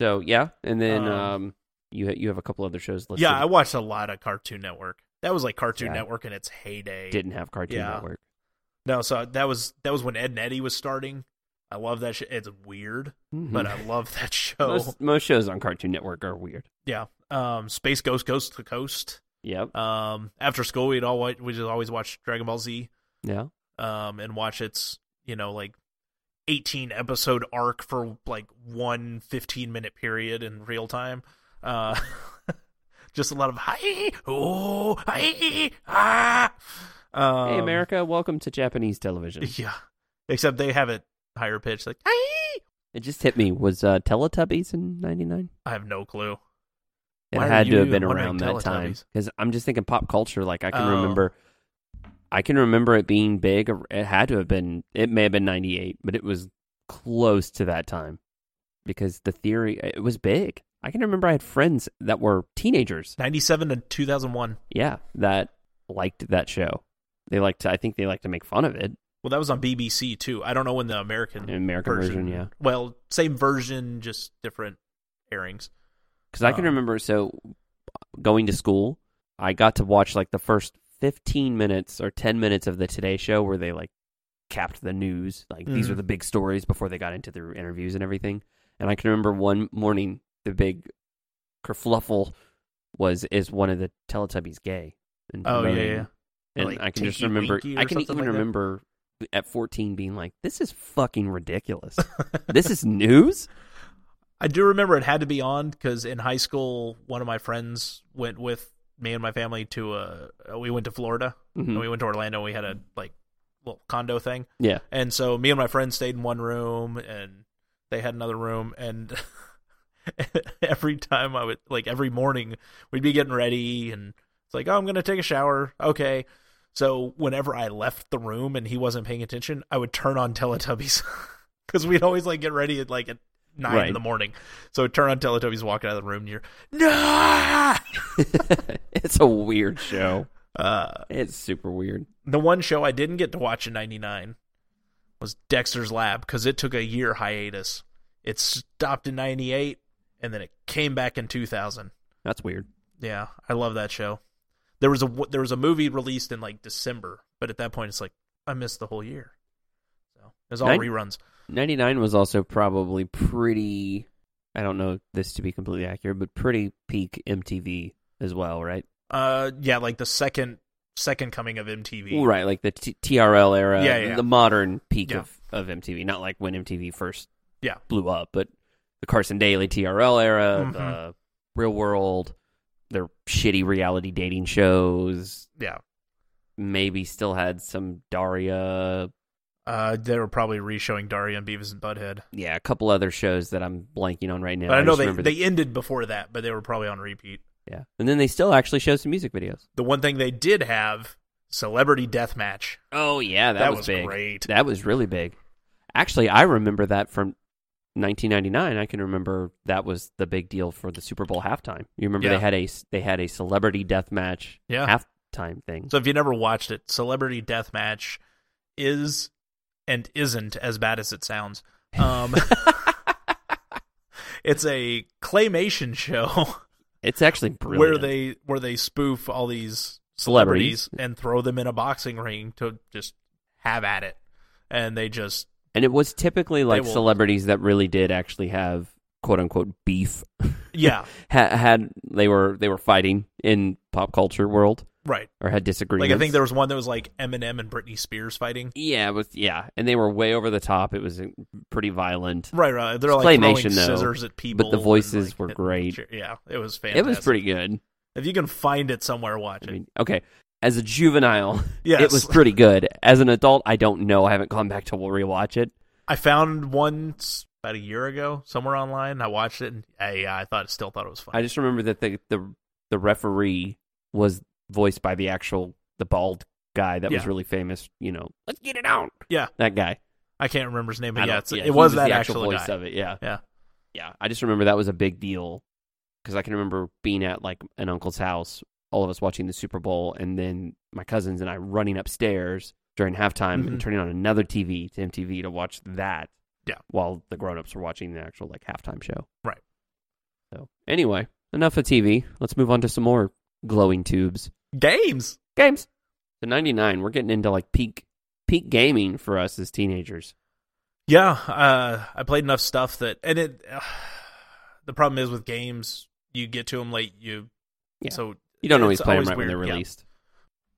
So yeah, and then um,
Um,
you ha- you have a couple other shows listed.
yeah, I watched a lot of Cartoon Network. That was like Cartoon
Yeah.
Network in its heyday.
didn't have Cartoon
Yeah.
Network.
No, so that was that was when Ed and Eddie was starting. I love that shit. It's weird, but
Mm.
I love that show.
Most, most shows on Cartoon Network are weird.
Yeah. Um, Space Ghost, Coast to Coast.
Yep.
Um, after school, we'd all wa- we just always watch Dragon Ball Z.
Yeah.
um, and watch its you know like 18 episode arc for like one 15 minute period in real time uh just a lot of hi oh hi ah um,
hey, America, welcome to Japanese television.
yeah except they have it higher pitched like hi
It just hit me. Was uh, Teletubbies in '99?
i have no clue
It
Why are
had to
you
have been around
wondering
that time
Teletubbies?
because I'm just thinking pop culture. Like I can
Oh.
remember, I can remember it being big. or- It had to have been. It may have been '98, but it was close to that time because the theory it was big. I can remember I had friends that were teenagers
97 to 2001
yeah, that liked that show. They liked to, I think they like to make fun of it.
well that was on bbc too i don't know when the american
The American version, yeah.
well same version just different airings
Because I can
Um.
remember, so going to school, I got to watch like the first 15 minutes or 10 minutes of the Today Show where they like capped the news. Like these
Mhm.
are the big stories before they got into their interviews and everything. And I can remember one morning, the big kerfluffle was is one of the Teletubbies gay? And
Oh, yeah,
voting.
yeah.
And
Like
I can just
Tinky
remember.
Winky or
I can
something
even
like that?
remember at 14 being like, "This is fucking ridiculous. this is news."
I do remember it had to be on because in high school, one of my friends went with me and my family to uh we went to Florida and
Mhm.
we went to Orlando. We had a like little condo thing,
Yeah,
and so me and my friend stayed in one room, and they had another room, and every time I would like every morning we'd be getting ready, and it's like, oh, I'm gonna take a shower, okay. So whenever I left the room and he wasn't paying attention, I would turn on Teletubbies because we'd always like get ready at like at nine
Right.
in the morning. So turn on Teletubbies, walking out of the room, and you're no.
it's a weird show.
Uh,
It's super weird.
the one show I didn't get to watch in '99 was Dexter's Lab because it took a year hiatus. It stopped in '98 and then it came back in 2000.
That's weird.
Yeah, I love that show. There was a w- there was a movie released in like December, but at that point it's like I missed the whole year. So it was all
Nine-
reruns.
99 was also probably pretty, I don't know this to be completely accurate, but pretty peak MTV as well, right?
Uh, yeah, like the second second coming of MTV.
Well, right, like the t- TRL era,
Yeah,
the-
yeah.
the modern peak
Yeah.
of, of MTV. Not like when MTV first
Yeah.
blew up, but the Carson Daly TRL era,
Mhm.
the Real World, their shitty reality dating shows.
Yeah.
Maybe still had some Daria.
Uh, they were probably re-showing Daria and Beavis and Butthead,
Yeah, a couple other shows that I'm blanking on right now.
but I know
just
they
remember
they ended before that, but they were probably on repeat.
the- yeah, and then they still actually show some music videos.
The one thing they did have, Celebrity Deathmatch.
Oh yeah, that,
That
was,
was
big.
great.
That was really big. Actually, I remember that from 1999. I can remember that was the big deal for the Super Bowl halftime. You remember
Yeah.
they had a they had a celebrity death match
Yeah.
halftime thing.
So if you never watched it, Celebrity Deathmatch is and isn't as bad as it sounds. Um, it's a claymation show
It's actually brilliant.
where they where they spoof all these
Celebrities.
celebrities and throw them in a boxing ring to just have at it, and they just
and it was typically like
will-
celebrities that really did actually have quote unquote beef
yeah
had, had they were they were fighting in pop culture world
right.
or had
Like
disagreements.
I think there was one that was like Eminem and Britney Spears fighting.
yeah, with yeah, and they were way over the top. It was uh, pretty violent.
Right, right. They're
It's
like throwing
claymation, though,
scissors at people. and,
voices
like,
were
it-
great.
Yeah, it was
It
fantastic.
was pretty good.
If you can find it somewhere, watch
I
it.
mean, okay. As a juvenile,
Yes.
it was pretty good. As an adult, I don't know. I haven't gone back to rewatch it.
I found one s- about a year ago somewhere online. I watched it and I, I thought still thought it was
I
funny.
just remember that the the, the referee was voiced by the actual the bald guy that was
Yeah.
really famous. You know, let's get it on.
Yeah.
that guy.
I can't remember his name,
I
but yeah,
don't-
it's,
yeah, he
it was, that
the actual,
actual,
voice
guy.
of it. Yeah,
Yeah.
yeah. I just remember that was a big deal because I can remember being at like an uncle's house, all of us watching the Super Bowl, and then my cousins and I running upstairs during halftime and
Mhm.
turning on another TV to MTV to watch that.
Yeah.
while the grown-ups were watching the actual like halftime show.
Right.
So anyway, enough of TV. Let's move on to some more glowing tubes
Games.
games. The '99. We're getting into like peak peak gaming for us as teenagers.
Yeah, uh, I played enough stuff that, and it. the problem is with games, you get to them late. You
Yeah.
so
You don't
It's
always play them
always
right when
weird,
they're
yeah.
released.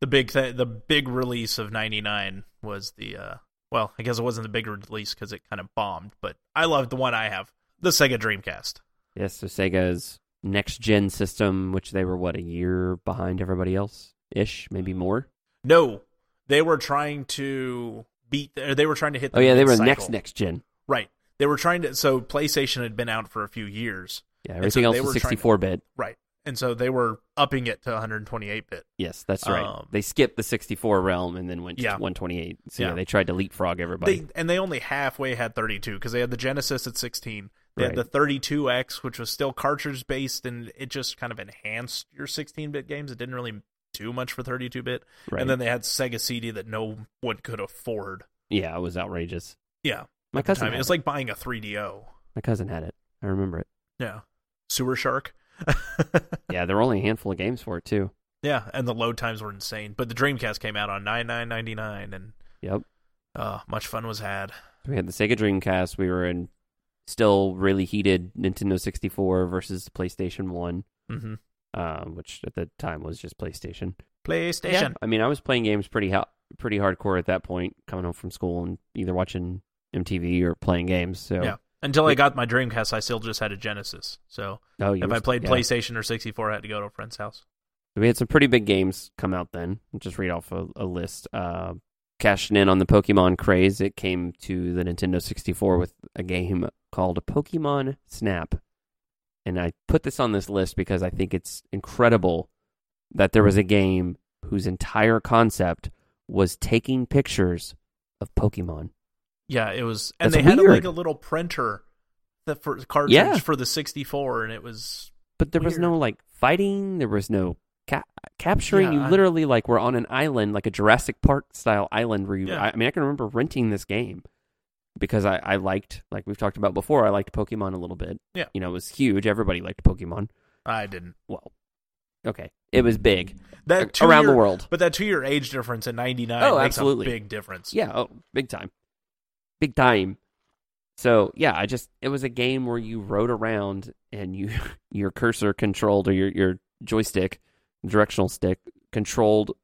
the big th- the big release of '99 was the uh, well, I guess it wasn't the big release because it kind of bombed, but I loved the one I have, the Sega Dreamcast.
Yes, so Sega's next gen system, which they were what a year behind everybody else ish, maybe
Mm-hmm.
more.
No, they were trying to beat. Or they were trying to hit. The
Oh yeah, they were
mid-cycle.
next next gen.
Right, they were trying to. So PlayStation had been out for a few years,
Yeah,
And so
everything else
they
was
were trying to-
sixty four bit.
and so they were upping it to 128 bit.
Yes, that's right.
Um,
they skipped the sixty four realm and then went
Yeah.
to one twenty eight. So yeah.
Yeah.
they tried to leapfrog everybody.
They and they only halfway had 32 because they had the Genesis at 16. They
Right.
had the 32X, which was still cartridge based, and it just kind of enhanced your 16 bit games. It didn't really do much for 32 bit.
right.
And then they had Sega CD that no one could afford.
yeah, it was outrageous.
Yeah,
My
at the
cousin
time.
had
it was
it.
like buying a 3DO.
my cousin had it. I remember it.
Yeah, Sewer Shark.
Yeah, there were only a handful of games for it too.
Yeah, and the load times were insane. But the Dreamcast came out on nine nine ninety nine, and
Yep.
uh, much fun was had.
We had the Sega Dreamcast. We were in still really heated Nintendo sixty four versus the PlayStation One,
Mm-hmm.
uh, which at the time was just PlayStation.
PlayStation.
I mean, I was playing games pretty ha- pretty hardcore at that point, coming home from school and either watching MTV or playing games. So,
Yeah. Until I got my Dreamcast, I still just had a Genesis. So
oh, you
if
were-
I played
yeah.
PlayStation or sixty four, I had to go to a friend's house.
we had some pretty big games come out then. I'll Just read off a, a list. Uh, cashing in on the Pokemon craze, it came to the Nintendo 64 with a game called Pokemon Snap. And I put this on this list because I think it's incredible that there was a game whose entire concept was taking pictures of Pokemon.
Yeah, it was, and
That's
they had a, like
weird.
a little printer that for cartridge
Yeah.
for the sixty four, and it was
But there was no
Weird.
like fighting. There was no ca- capturing.
Yeah,
you
I-
literally like were on an island, like a Jurassic Park style island. Where you,
Yeah.
I, I mean, I can remember renting this game because I, I liked, like we've talked about before, I liked Pokemon a little bit.
Yeah.
you know, it was huge. Everybody liked Pokemon,
I didn't.
Well, okay, it was big
That two
around
year,
the world.
But that two year age difference in '99
Oh,
makes
absolutely.
a big difference.
Yeah, oh, big time. Big time. So, yeah, I just it was a game where you rode around and you your cursor controlled or your your joystick, directional stick controlled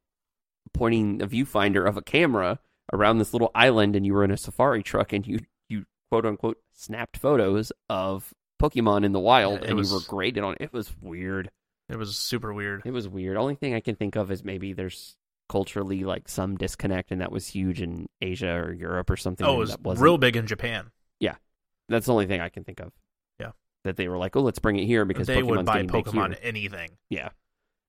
pointing a viewfinder of a camera around this little island and you were in a safari truck and you you quote unquote snapped photos of Pokemon in the wild
Yeah, it
and
was-
you were graded on it. It was weird.
It was super weird.
It was weird. Only thing I can think of is maybe there's culturally like some disconnect, and that was huge in Asia or Europe or something.
Oh,
and
it was
that wasn't-
real big in Japan.
That's the only thing I can think of.
Yeah.
that they were like, oh, let's bring it here because
they
Pokemon's
would buy
getting big
Pokemon
here.
anything.
Yeah,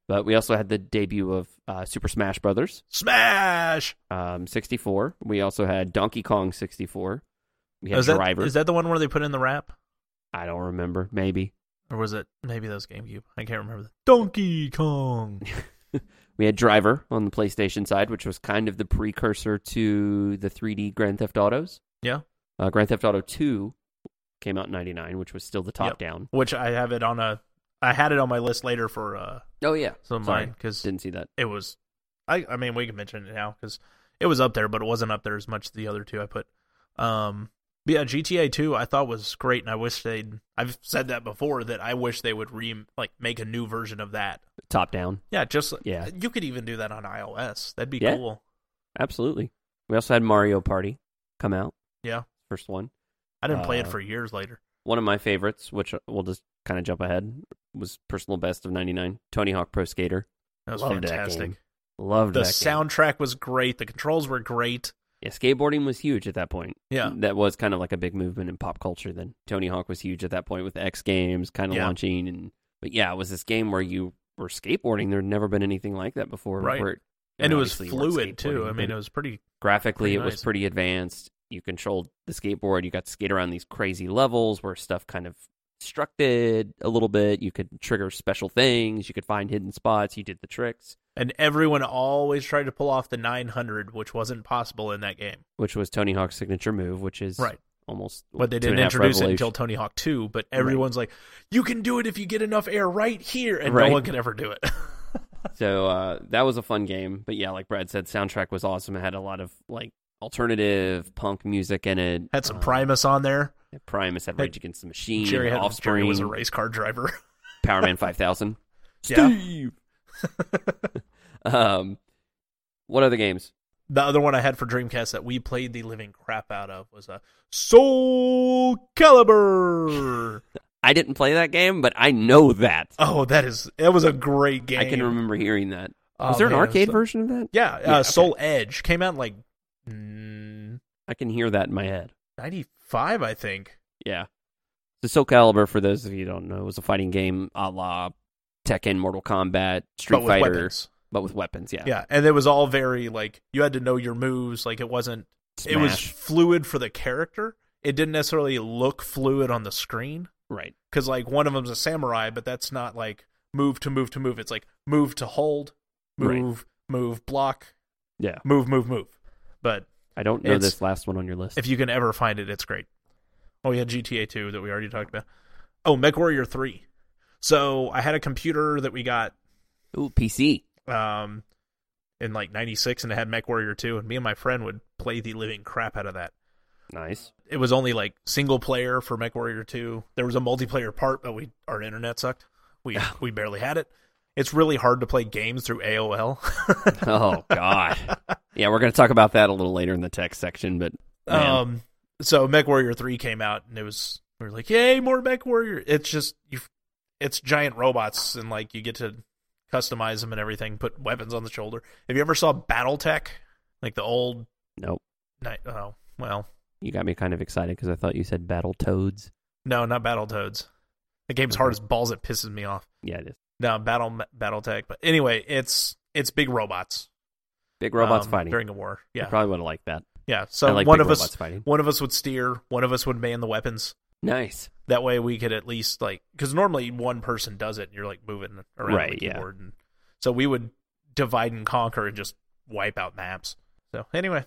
but we also had the debut of uh, Super Smash Brothers
Smash.
um, 64. We also had Donkey Kong 64. We had
is that
Driver.
is that the one where they put in the rap,
I don't remember. Maybe
or was it maybe that was GameCube? I can't remember. Donkey Kong.
we had Driver on the PlayStation side, which was kind of the precursor to the 3D Grand Theft Autos.
Yeah.
Uh, Grand Theft Auto 2 came out in 99, which was still the top
Yep.
down.
which I have it on a. I had it on my list later for uh,
Oh, yeah.
some of
Sorry.
mine because
Didn't see that.
it was. I I mean we can mention it now because it was up there, but it wasn't up there as much as the other two I put. Um, but yeah, GTA Two I thought was great, and I wish they'd. I've said that before that I wish they would re like make a new version of that.
Top down.
Yeah, just
Yeah.
You could even do that on iOS. That'd be
Yeah.
cool.
Absolutely. We also had Mario Party come out.
Yeah.
First one.
I didn't play it
Uh,
for years later.
One of my favorites, which uh, we'll just kind of jump ahead, was personal best of 99, Tony Hawk Pro Skater.
That was
loved that
fantastic.
game. Loved
The
that game.
soundtrack was great. The controls were great.
Yeah, skateboarding was huge at that point.
Yeah.
That was kind of like a big movement in pop culture then. Tony Hawk was huge at that point with X Games kind of
Yeah.
launching and but yeah, it was this game where you were skateboarding. There'd never been anything like that before.
Right.
where it-
And it was
obviously you weren't
fluid too.
skateboarding,
I mean,
but
it was pretty
graphically
pretty
it was
nice.
pretty advanced. You controlled the skateboard, you got to skate around these crazy levels where stuff kind of structed a little bit. You could trigger special things, you could find hidden spots, you did the tricks,
and everyone always tried to pull off the 900 which wasn't possible in that game
which was Tony Hawk's signature move, which is
Right.
almost
but they
two and
didn't
a half
introduce it
revolution-
until tony hawk 2 but everyone's like you can do it if you get enough air right here and
Right.
no one could ever do it
So uh, that was a fun game, but yeah, like Brad said, soundtrack was awesome. It had a lot of like alternative punk music in it.
had some
Uh,
primus on there
Primus had
had-
Rage Against the Machine,
jerry, had, jerry
Offspring,
was a race car driver
Power Man Five Thousand.
Yeah.
Steve. um, what other games?
the other one i had for dreamcast that we played the living crap out of was a soul caliber
I didn't play that game, but I know that.
oh that is that was a great game
I can remember hearing that.
Oh,
Was there an
man, it
arcade
so-
version of that?
yeah, uh,
Yeah, okay.
soul edge came out in like mm,
I can hear that in my head.
95 i think
Yeah. The Soul Calibur, for those of you who don't know, was a fighting game a la Tekken, Mortal Kombat, Street
but with
Fighter,
weapons.
but with weapons. Yeah.
Yeah. and it was all very like you had to know your moves. Like it wasn't. It was
Smash.
fluid for the character. It didn't necessarily look fluid on the screen
right.
because like one of them's a samurai, but that's not like move to move to move. It's like move to hold,
Right.
move, move, block,
Yeah.
move, move, move. But
I don't know
It's-
this last one on your list.
if you can ever find it, it's great. Oh, we had GTA 2 that we already talked about. Oh, MechWarrior 3. So I had a computer that we got
Ooh, PC.
um, in like '96, and it had MechWarrior 2, and me and my friend would play the living crap out of that.
Nice.
It was only like single player for MechWarrior 2. There was a multiplayer part, but we our internet sucked. We we barely had it. It's really hard to play games through AOL.
Oh, God. yeah, we're going to talk about that a little later in the text section, but man,
um, so MechWarrior 3 came out, and it was we were like, yay, more MechWarrior. It's just you, it's giant robots, and like you get to customize them and everything. Put weapons on the shoulder. Have you ever saw BattleTech, like the old?
nope.
ni- Oh well,
You got me kind of excited because I thought you said Battle Toads.
No, not Battletoads. The game's
Okay.
hard as balls. It pisses me off.
Yeah, it is.
No, Battle BattleTech. But anyway, it's it's big robots.
Big robots
um,
fighting.
during a war.
You
Yeah,
probably would have liked that.
yeah.
I
So
like
one
big
of
robots
us
fighting.
one of us would steer. One of us would man the weapons.
Nice.
That way we could at least like because normally one person does it. and You're like moving around the
Right, yeah.
keyboard, and so we would divide and conquer and just wipe out maps. So anyway,
It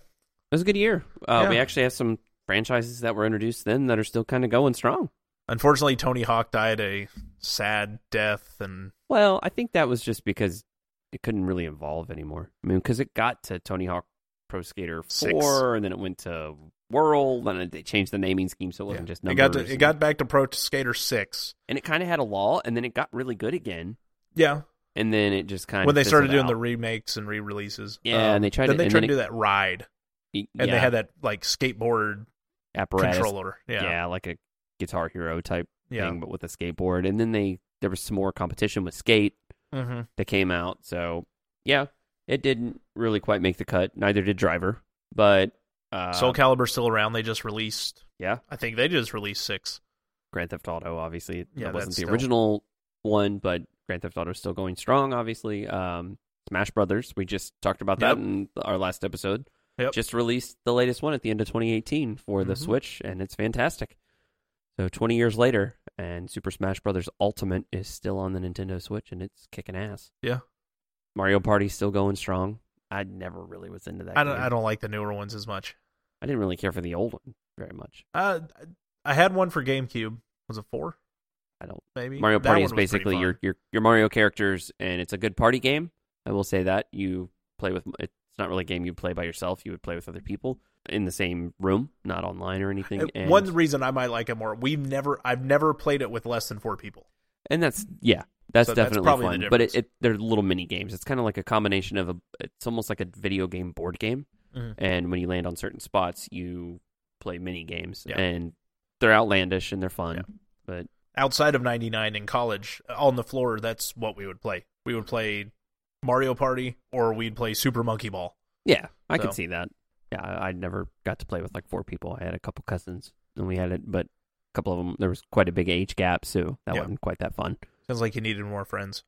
was a good year. Uh,
Yeah.
We actually have some franchises that were introduced then that are still kind of going strong.
Unfortunately, Tony Hawk died a sad death, and
Well, I think that was just because it couldn't really evolve anymore. I mean, because it got to Tony Hawk Pro Skater
Six.
Four, and then it went to Whirl, then it- they changed the naming scheme so it wasn't just
it
numbers.
got to, it
and-
got back to Pro Skater Six.
and it kind of had a law, and then it got really good again,
Yeah,
and then it just kind of
when they started doing the remakes and re-releases. Um,
Yeah, and they tried
Then
to-
they
and
tried
then
to
it-
do that ride,
the
and they had that like skateboard
apparatus,
controller.
yeah.
Yeah, yeah,
like a Guitar Hero type thing, but with a skateboard. And then they there was some more competition with Skate
hmm
that came out. So yeah, it didn't really quite make the cut. Neither did Driver, but uh,
Soul Calibur's still around. They just released.
Yeah.
I think they just released six.
Grand Theft Auto, obviously.
Yeah,
that wasn't
that's
the
still-
original one, but Grand Theft Auto is still going strong, obviously. Um, Smash Brothers, we just talked about that
Yep.
in our last episode.
Yep.
Just released the latest one at the end of 2018 for the
Mhm.
Switch, and it's fantastic. So 20 years later, and Super Smash Brothers Ultimate is still on the Nintendo Switch, and it's kicking ass.
Yeah.
Mario Party's still going strong. I never really was into that.
I don't.
game.
I don't like the newer ones as much.
I didn't really care for the old one very much.
Uh, I had one for GameCube. Was it four?
I don't
Maybe
Mario
That
Party
one
is
was pretty
basically
fun. Uh,
your, your your Mario characters, and it's a good party game. I will say that you play with it's not really a game you play by yourself. You would play with other people in the same room, not online or anything.
Uh,
and,
One reason I might like it more. We've never. I've never played it with less than four people.
and that's yeah, that's
So that's
definitely
probably the
fun. But it,
difference.
it they're little mini games. It's kind of like a combination of a. It's almost like a video game board game,
Mhm.
and when you land on certain spots, you play mini games,
Yeah.
and they're outlandish and they're fun. But
Outside of '99 in college, uh, on the floor, that's what we would play. We would play Mario Party, or we'd play Super Monkey Ball.
Yeah, I
So-
can see that. Yeah, I, I never got to play with like four people. I had a couple cousins, and we had it, but a couple of them there was quite a big age gap, so that
Yeah.
wasn't quite that fun.
Sounds like you needed more friends.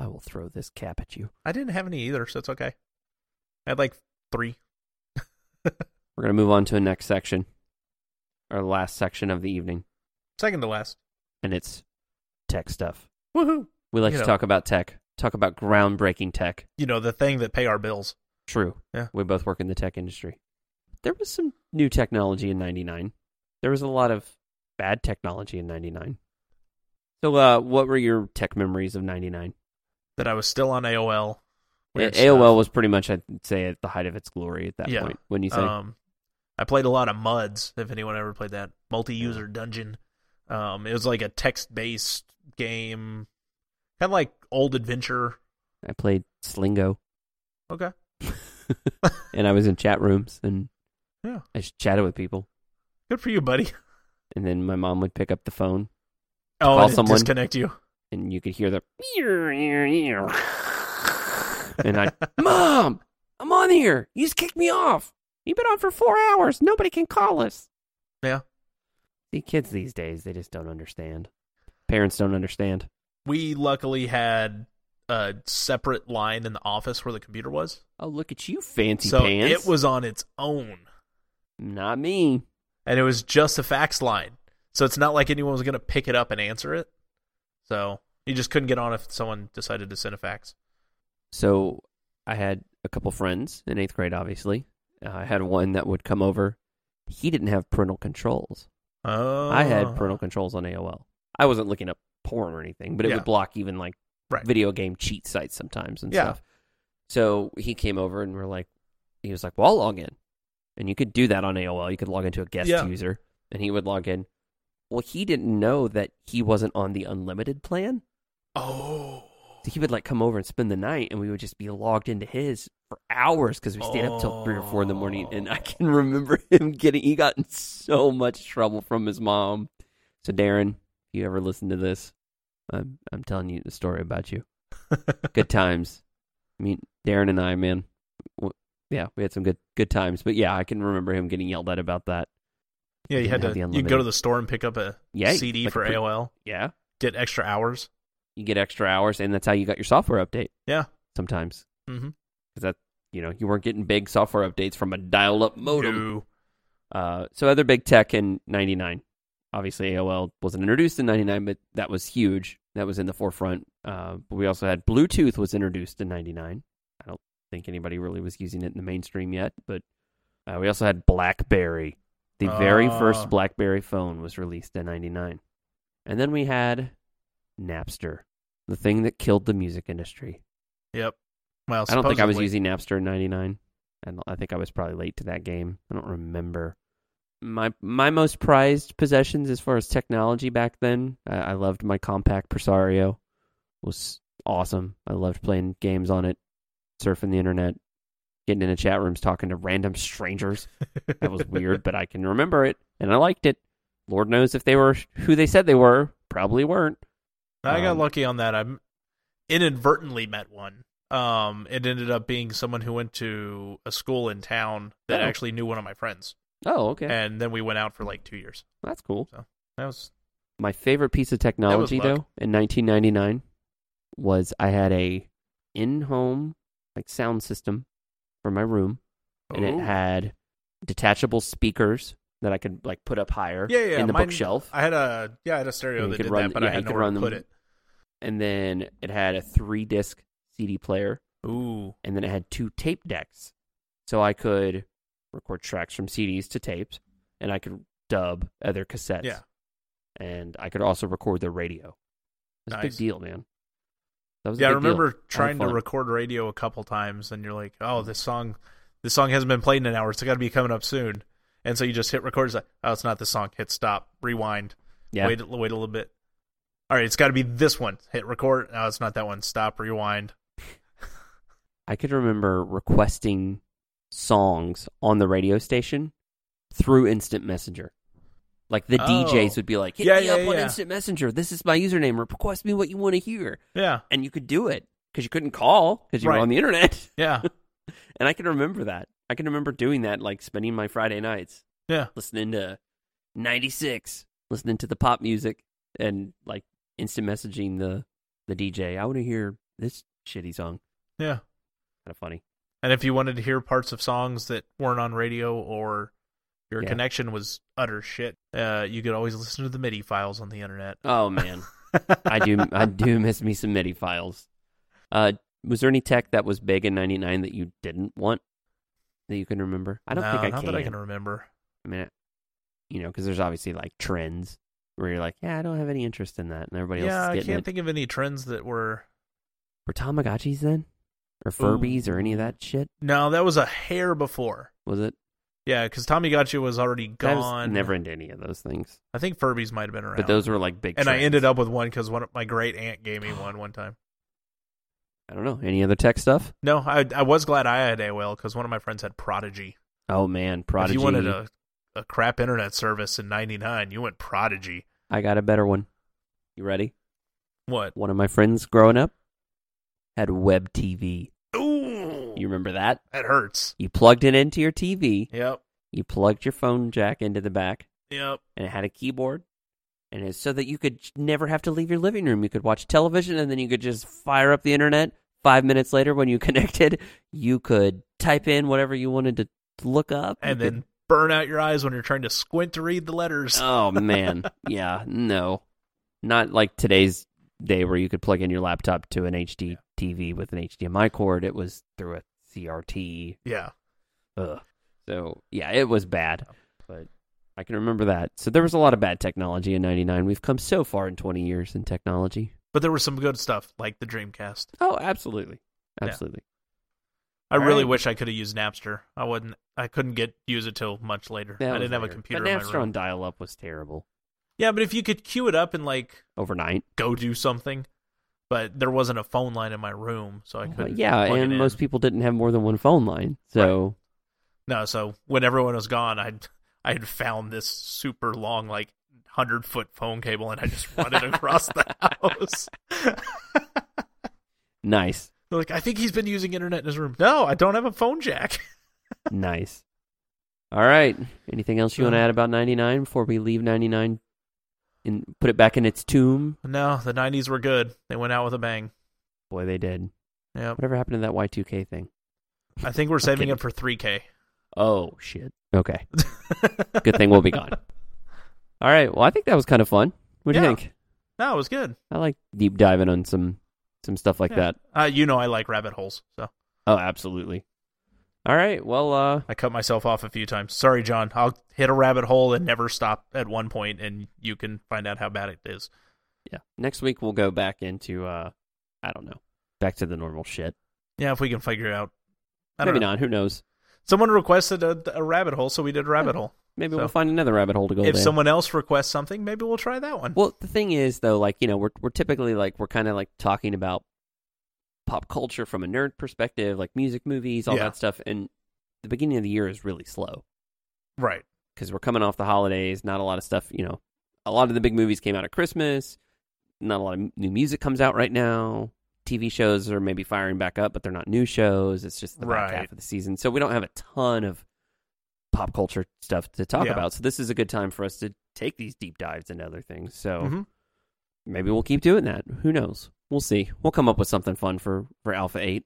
I will throw this cap at you.
I didn't have any either, so it's okay. I had like three.
We're gonna move on to the next section, our last section of the evening,
Second to last.
and it's tech stuff.
Woohoo!
We like
You
to
know.
talk about tech, talk about groundbreaking tech.
You know the thing that pay our bills.
True.
Yeah.
We both work in the tech industry. There was some new technology in 99. There was a lot of bad technology in 99. So, uh, what were your tech memories of 99?
That I was still on AOL.
AOL
Weird stuff.
was pretty much, I'd say, at the height of its glory at that
Yeah.
point. When you say,
Um, I played a lot of MUDs. If anyone ever played that multi-user dungeon, um, it was like a text-based game, kind of like old adventure.
I played Slingo
Okay,
and I was in chat rooms and
Yeah.
I just chatted with people.
good for you, buddy.
And then my mom would pick up the phone
Oh,
call
and it
someone.
disconnect you.
and you could hear the and I, Mom, I'm on here. You just kicked me off. You've been on for four hours. Nobody can call us.
Yeah.
The kids these days, they just don't understand. Parents don't understand.
We luckily had a separate line in the office where the computer was,
Oh, look at you, fancy
so
pants.
it was on its own,
not me.
and it was just a fax line. So it's not like anyone was going to pick it up and answer it. So you just couldn't get on if someone decided to send a fax.
So I had a couple friends in eighth grade. Obviously, uh, I had one that would come over. He didn't have parental controls.
Oh,
I had parental controls on AOL. I wasn't looking up porn or anything, but it
Yeah.
would block even like
Right.
video game cheat sites sometimes and
Yeah.
stuff. So he came over and we're like, he was like, well, I'll log in. And you could do that on AOL. You could log into a guest
Yeah.
user and he would log in. Well, he didn't know that he wasn't on the unlimited plan.
Oh.
So he would like come over and spend the night and we would just be logged into his for hours because we stayed up till three or four in the morning. And I can remember him getting, he got in so much trouble from his mom. So, Darren, if you ever listen to this, I'm, I'm telling you the story about you. good times. I mean, Darren and I, man, w- yeah, we had some good good times. But yeah, I can remember him getting yelled at about that.
Yeah, you
Didn't
had
have
to.
the
You go to the store and pick up a
Yeah,
CD
like
for
a pre-
AOL.
Yeah,
Get extra hours.
you get extra hours, and that's how you got your software update.
Yeah.
sometimes
Mhm.
because that you know you weren't getting big software updates from a dial-up modem.
No.
Uh, so other big tech in '99. Obviously, AOL wasn't introduced in '99, but that was huge. That was in the forefront. Uh, but we also had Bluetooth was introduced in '99. I don't think anybody really was using it in the mainstream yet, but uh, we also had BlackBerry. The very
Ah.
first BlackBerry phone was released in 99. And then we had Napster, the thing that killed the music industry.
Yep. Well,
I don't think I was
supposedly-
using Napster in 99. And I think I was probably late to that game. I don't remember. My my most prized possessions as far as technology back then, I, I loved my compact Presario. It was awesome. I loved playing games on it, surfing the internet, getting into chat rooms, talking to random strangers. That was weird, but I can remember it and I liked it. Lord knows if they were who they said they were, probably weren't.
I got
Um,
lucky on that. I m- inadvertently met one. Um, it ended up being someone who went to a school in town that
Oh.
actually knew one of my friends,
Oh, okay.
and then we went out for like two years.
That's cool.
That was
My favorite piece of technology
luck.
though in 1999 was I had a in-home like sound system for my room and
Ooh.
it had detachable speakers that I could like put up higher
Yeah, yeah,
in the
mine-
bookshelf
I had a yeah, I had a stereo
Yeah, you
that
could
did
run-
that, but
yeah,
I
you
had
could
nowhere
run
to put
them.
it.
and then it had a 3-disc CD player
Ooh,
and then it had two tape decks. So I could record tracks from CDs to tapes and I could dub other cassettes.
Yeah.
And I could also record the radio. That's a big
Nice.
deal, man. That was a
yeah, I
big deal.
remember
I had
trying to
fun. Mm.
record radio a couple times, and you're like, oh, this song, this song hasn't been played in an hour. It's got to be coming up soon, and so you just hit record. It's like, oh, it's not this song. Hit stop, rewind.
Yeah.
Wait, wait a little bit. All right, it's got to be this one. Hit record. No, it's not that one. Stop, rewind.
I could remember requesting songs on the radio station through instant messenger. Like the
Oh.
DJs would be like, "Hit
Yeah,
me
yeah,
up on
yeah.
instant messenger. This is my username. Request me what you want to hear."
Yeah,
And you could do it because you couldn't call because you were
Right.
on the internet.
yeah,
And I can remember that. I can remember doing that, like spending my Friday nights
yeah.
listening to 96, listening to the pop music, and like instant messaging the, the DJ. I want to hear this shitty song.
Yeah.
Kind of funny.
And if you wanted to hear parts of songs that weren't on radio or your
Yeah.
connection was utter shit, uh, you could always listen to the MIDI files on the internet.
Oh, man. I do I do miss me some MIDI files. Uh, was there any tech that was big in 99 that you didn't want that you can remember? I don't
No,
think I
not
can.
that I can remember.
I mean, I- you know, because there's obviously like trends where you're like, yeah, I don't have any interest in that. And everybody else
yeah,
is
I
getting
can't
it.
think of any trends that were.
Were Tamagotchis then? Or Furbies or any of that shit?
No, that was a hair before.
Was it?
Yeah, because Tommy Gotcha was already
I was
gone.
never into any of those things.
I think Furbies might have been around.
But those were like big
and I
trends.
ended up with one because one of my great aunt gave me one one time.
I don't know. Any other tech stuff?
No, I I was glad I had AOL because one of my friends had Prodigy.
Oh, man. Prodigy.
If you wanted a, a crap internet service in '99, you went Prodigy.
I got a better one. You ready?
What?
One of my friends growing up had web TV.
Ooh,
You remember that?
that hurts.
You plugged it into your TV.
Yep,
You plugged your phone jack into the back.
yep.
and it had a keyboard and it's so that you could j- never have to leave your living room you could watch television and then you could just fire up the internet five minutes later when you connected you could type in whatever you wanted to look up You
And
could-
then burn out your eyes when you're trying to squint to read the letters.
oh man yeah no not like today's day where you could plug in your laptop to an hd tv with an hdmi cord it was through a crt
yeah,
Ugh. So yeah, it was bad, but I can remember that. So there was a lot of bad technology in '99. We've come so far in 20 years in technology.
but there was some good stuff like the Dreamcast.
Oh, absolutely,
Yeah.
absolutely.
I
All
really
right.
wish I could have used Napster. I wouldn't. I couldn't get use it till much later.
That
I
was
didn't have a
weird.
computer.
But
in my
Napster
room.
on dial-up was terrible
Yeah, but if you could queue it up and like
overnight.
go do something, but there wasn't a phone line in my room, so I
But
couldn't.
yeah,
plug it
and
in.
most people didn't have more than one phone line, so
No, so when everyone was gone, I I had found this super long, like hundred foot phone cable, and I just run it across the house.
nice,
They're like, I think he's been using internet in his room. No, I don't have a phone jack.
nice. All right. Anything else you want to add about '99 before we leave '99 and put it back in its tomb?
No, the '90s were good. They went out with a bang.
Boy, they did.
Yeah,
Whatever happened to that Y2K thing?
I think we're saving
kidding.
it for 3K.
Oh shit. Okay. Good thing we'll be gone. All right. Well, I think that was kind of fun. What do you
Yeah.
think?
No, it was good.
I like deep diving on some some stuff like
Yeah.
that.
Uh, you know, I like rabbit holes, so
Oh, absolutely. All right. Well, uh,
I cut myself off a few times. Sorry, John. I'll hit a rabbit hole and never stop at one point, and you can find out how bad it is.
yeah. Next week we'll go back into uh, I don't know, back to the normal shit.
Yeah, if we can figure it out. I don't
Maybe
know.
not. Who knows?
Someone requested a, a rabbit hole, so we did a rabbit hole.
Maybe
So-
we'll find another rabbit hole to go
if
down.
someone else requests something, maybe we'll try that one.
Well, the thing is though, like you know, we're we're typically like we're kind of like talking about pop culture from a nerd perspective, like music, movies, all
Yeah.
that stuff. And the beginning of the year is really slow
right.
because we're coming off the holidays. Not a lot of stuff, you know. A lot of the big movies came out at Christmas. Not a lot of m- new music comes out right now. TV shows are maybe firing back up, but they're not new shows. It's just the back
Right.
half of the season, so we don't have a ton of pop culture stuff to talk
Yeah.
about. So this is a good time for us to take these deep dives into other things. So
Mhm.
maybe we'll keep doing that. Who knows? We'll see. We'll come up with something fun for for Alpha Eight.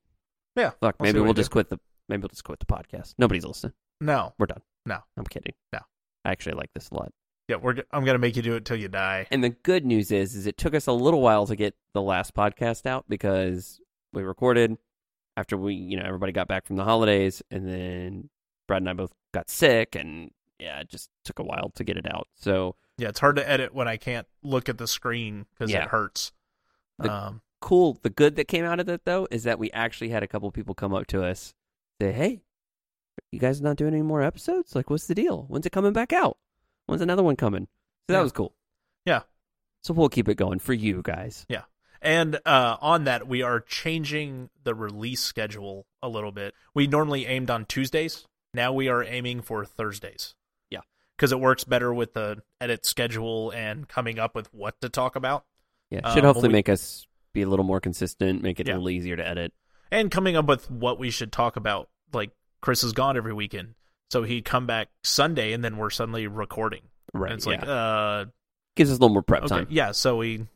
Yeah.
Fuck,
We'll see
maybe
what
we'll
we do.
just quit the maybe we'll just quit the podcast. Nobody's listening.
No.
We're done.
No.
I'm kidding.
No.
I actually like this a lot.
Yeah, we're. g- I'm gonna make you do it till you die.
And the good news is, is it took us a little while to get the last podcast out because we recorded after we, you know, everybody got back from the holidays, and then Brad and I both got sick, and yeah, it just took a while to get it out. So
Yeah, it's hard to edit when I can't look at the screen because
Yeah.
it hurts.
The-
um,
cool. The good that came out of it though is that we actually had a couple people come up to us say, "Hey, you guys not doing any more episodes? Like, what's the deal? When's it coming back out? When's another one coming?" So that
Yeah.
was cool.
Yeah.
So we'll keep it going for you guys.
And uh, on that, we are changing the release schedule a little bit. We normally aimed on Tuesdays. Now we are aiming for Thursdays.
Yeah.
Because it works better with the edit schedule and coming up with what to talk about
Yeah,
Uh,
should
when
hopefully
we-
make us be a little more consistent, make it a
Yeah.
little easier to edit.
and coming up with what we should talk about. Like, Chris is gone every weekend. So he'd come back Sunday and then we're suddenly recording.
Right.
And it's
yeah.
like, uh,
gives us a little more prep
okay.
time.
Yeah. So we.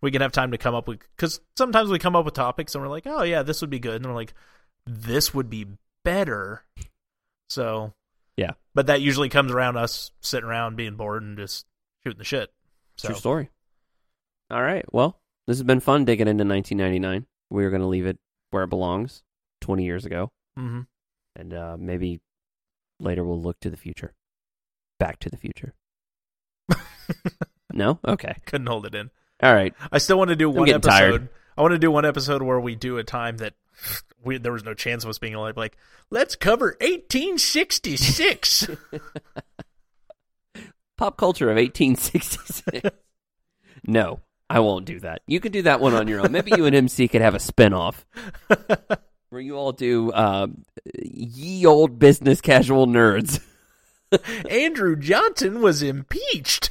We can have time to come up with because sometimes we come up with topics and we're like, oh yeah, this would be good, and we're like, this would be better. So
Yeah.
but that usually comes around us sitting around being bored and just shooting the shit. So
True story. All right. Well, this has been fun digging into 1999. We are going to leave it where it belongs, 20 years ago,
hmm
and uh, maybe later we'll look to the future, back to the future. no. Okay.
couldn't hold it in.
All right.
I still want to do one
getting
episode.
tired.
I want to do one episode where we do a time that we, there was no chance of us being alive. Like, let's cover 1866.
Pop culture of 1866. no, I won't do that. You can do that one on your own. Maybe you and MC could have a spinoff. Where you all do um, ye old business casual nerds.
Andrew Johnson was impeached.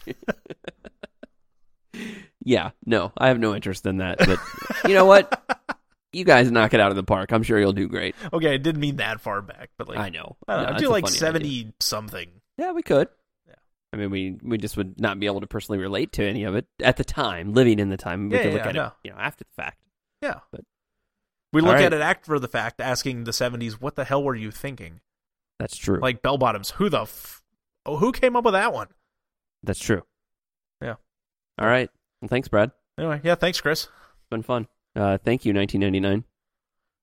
Yeah, no, I have no interest in that. But you know what? You guys knock it out of the park. I'm sure you'll do great.
Okay, I didn't mean that far back, but like
I know.
I don't
No,
know,
it's
do
a
like
funny
70
idea.
something.
Yeah, we could.
Yeah.
I mean, we we just would not be able to personally relate to any of it at the time, living in the time. We
Yeah,
could
yeah,
look at
no.
it, you know, after the fact.
Yeah.
But-
we
All
look
right.
at it after the fact, asking the 70s, what the hell were you thinking?
That's true.
Like bell bottoms. Who the f- oh, who came up with that one?
That's true.
Yeah.
All right. Well, thanks, Brad. It's
Anyway, yeah, thanks, Chris.
been fun. Uh, thank you, 1999.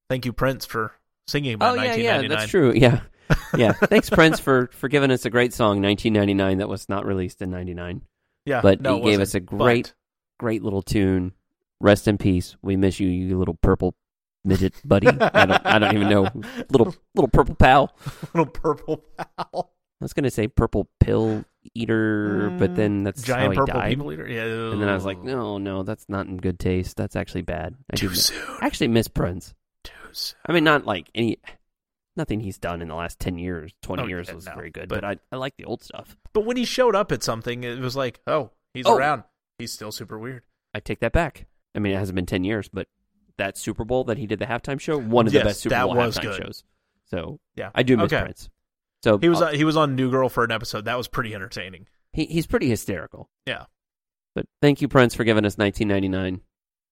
Thank you, Prince, for singing about
oh yeah, yeah,
1999.
that's true. Yeah, yeah. Thanks, Prince, for for giving us a great song, 1999, that was not released in '99.
Yeah,
But
no,
he
it
gave
wasn't,
us a great- Great little tune. Rest in peace. We miss you, you little purple midget buddy. I don't, I don't even know. Little little purple pal.
but- little purple pal,
I was gonna say purple pill eater, but then that's how
Mm, giant
he
purple
died.
people eater. Yeah,
And then I was like, no, no, that's not in good taste. That's actually bad. I do
too
miss-
soon,
I actually miss Prince.
too soon.
I mean, not like any, nothing he's done in the last ten years, twenty
Oh,
years
yeah,
was
no,
very good. But,
but-
I, I like the old stuff.
But when he showed up at something, it was like, oh, he's
Oh.
around. He's still super weird.
I take that back. I mean, it hasn't been ten years, but that Super Bowl that he did the halftime show, one of the
Yes,
best Super
that
Bowl
was
halftime
good.
shows. So
Yeah,
I do miss
Okay.
Prince. So
He was
uh,
uh, he was on New Girl for an episode. That was pretty entertaining.
he, he's pretty hysterical.
Yeah.
But thank you, Prince, for giving us 1999.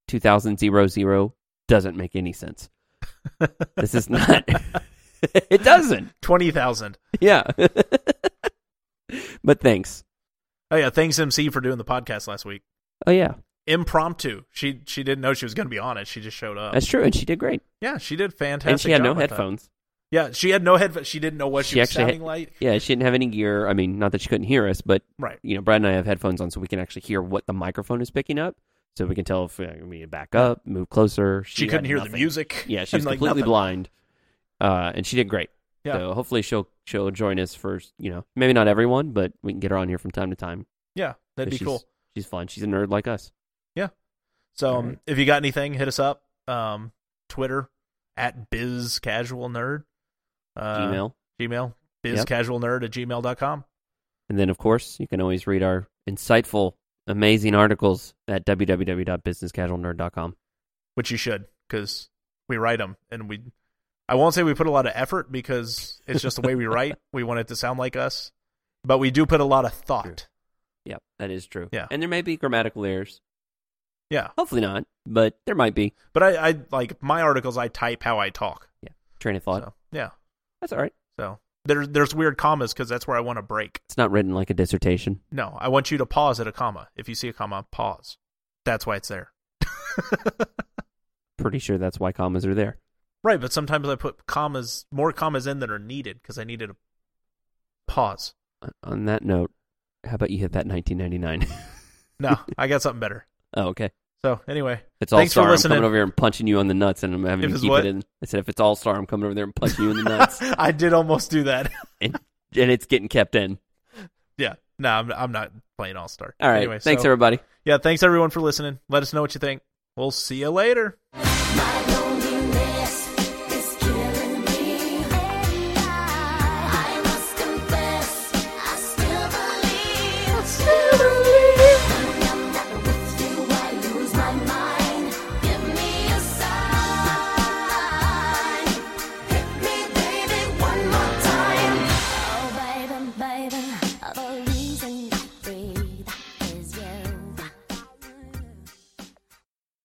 2000 doesn't make any sense. This is not. it doesn't.
Twenty thousand.
Yeah. but thanks.
Oh yeah, thanks MC for doing the podcast last week.
Oh yeah,
Impromptu. She she didn't know she was going to be on it. She just showed up.
that's true, and she did great,
yeah, she did fantastic.
and she had
job
no
with that.
headphones.
Yeah, she had no head. She didn't know what she,
She
was
actually had-
sounding like.
Yeah, she didn't have any gear. I mean, not that she couldn't hear us, but
Right.
you know, Brad and I have headphones on, so we can actually hear what the microphone is picking up, so we can tell if uh, we need to back up, move closer.
She,
had
couldn't hear
nothing.
the music.
Yeah, she
and,
was
like,
completely
nothing.
blind, uh, and she did great.
Yeah.
So hopefully she'll she'll join us for you know maybe not everyone, but we can get her on here from time to time.
Yeah,
'cause
that'd be
she's-
cool.
She's fun. She's a nerd like us.
So um,
Alright.
if you got anything, hit us up. Um, Twitter at biz casual nerd. Uh,
Gmail.
Gmail.
Yep.
bizcasualnerd at gmail.com.
And then, of course, you can always read our insightful, amazing articles at www.businesscasualnerd.com.
which you should because we write them and we i won't say we put a lot of effort because it's just the way we write we want it to sound like us but we do put a lot of thought
True. Yep, that is true.
Yeah.
And there may be grammatical errors.
yeah
Hopefully not, but there might be.
but I, I like my articles i type how i talk
Train of thought.
so, yeah
That's all right.
so there's there's weird commas because that's where i want to break
It's not written like a dissertation.
no i want you to pause at a comma if you see a comma pause that's why it's there
Pretty sure that's why commas are there.
right but sometimes i put commas more commas in than are needed because i needed a pause
On- Uh, On that note, how about you hit that 1999?
no i got something better
oh, okay.
so anyway
It's all
Thanks for
star. I'm
listening.
coming over here and punching you on the nuts, and I'm having
If
to
it's
keep
what?
it in. I said, if it's all star, I'm coming over there and punching you in the nuts,
i did almost do that
and, and it's getting kept in.
Yeah. No, I'm, I'm not playing All Star.
All right.
Anyway,
Thanks,
so-
everybody.
Yeah. Thanks everyone for listening. Let us know what you think. We'll see you later.
I know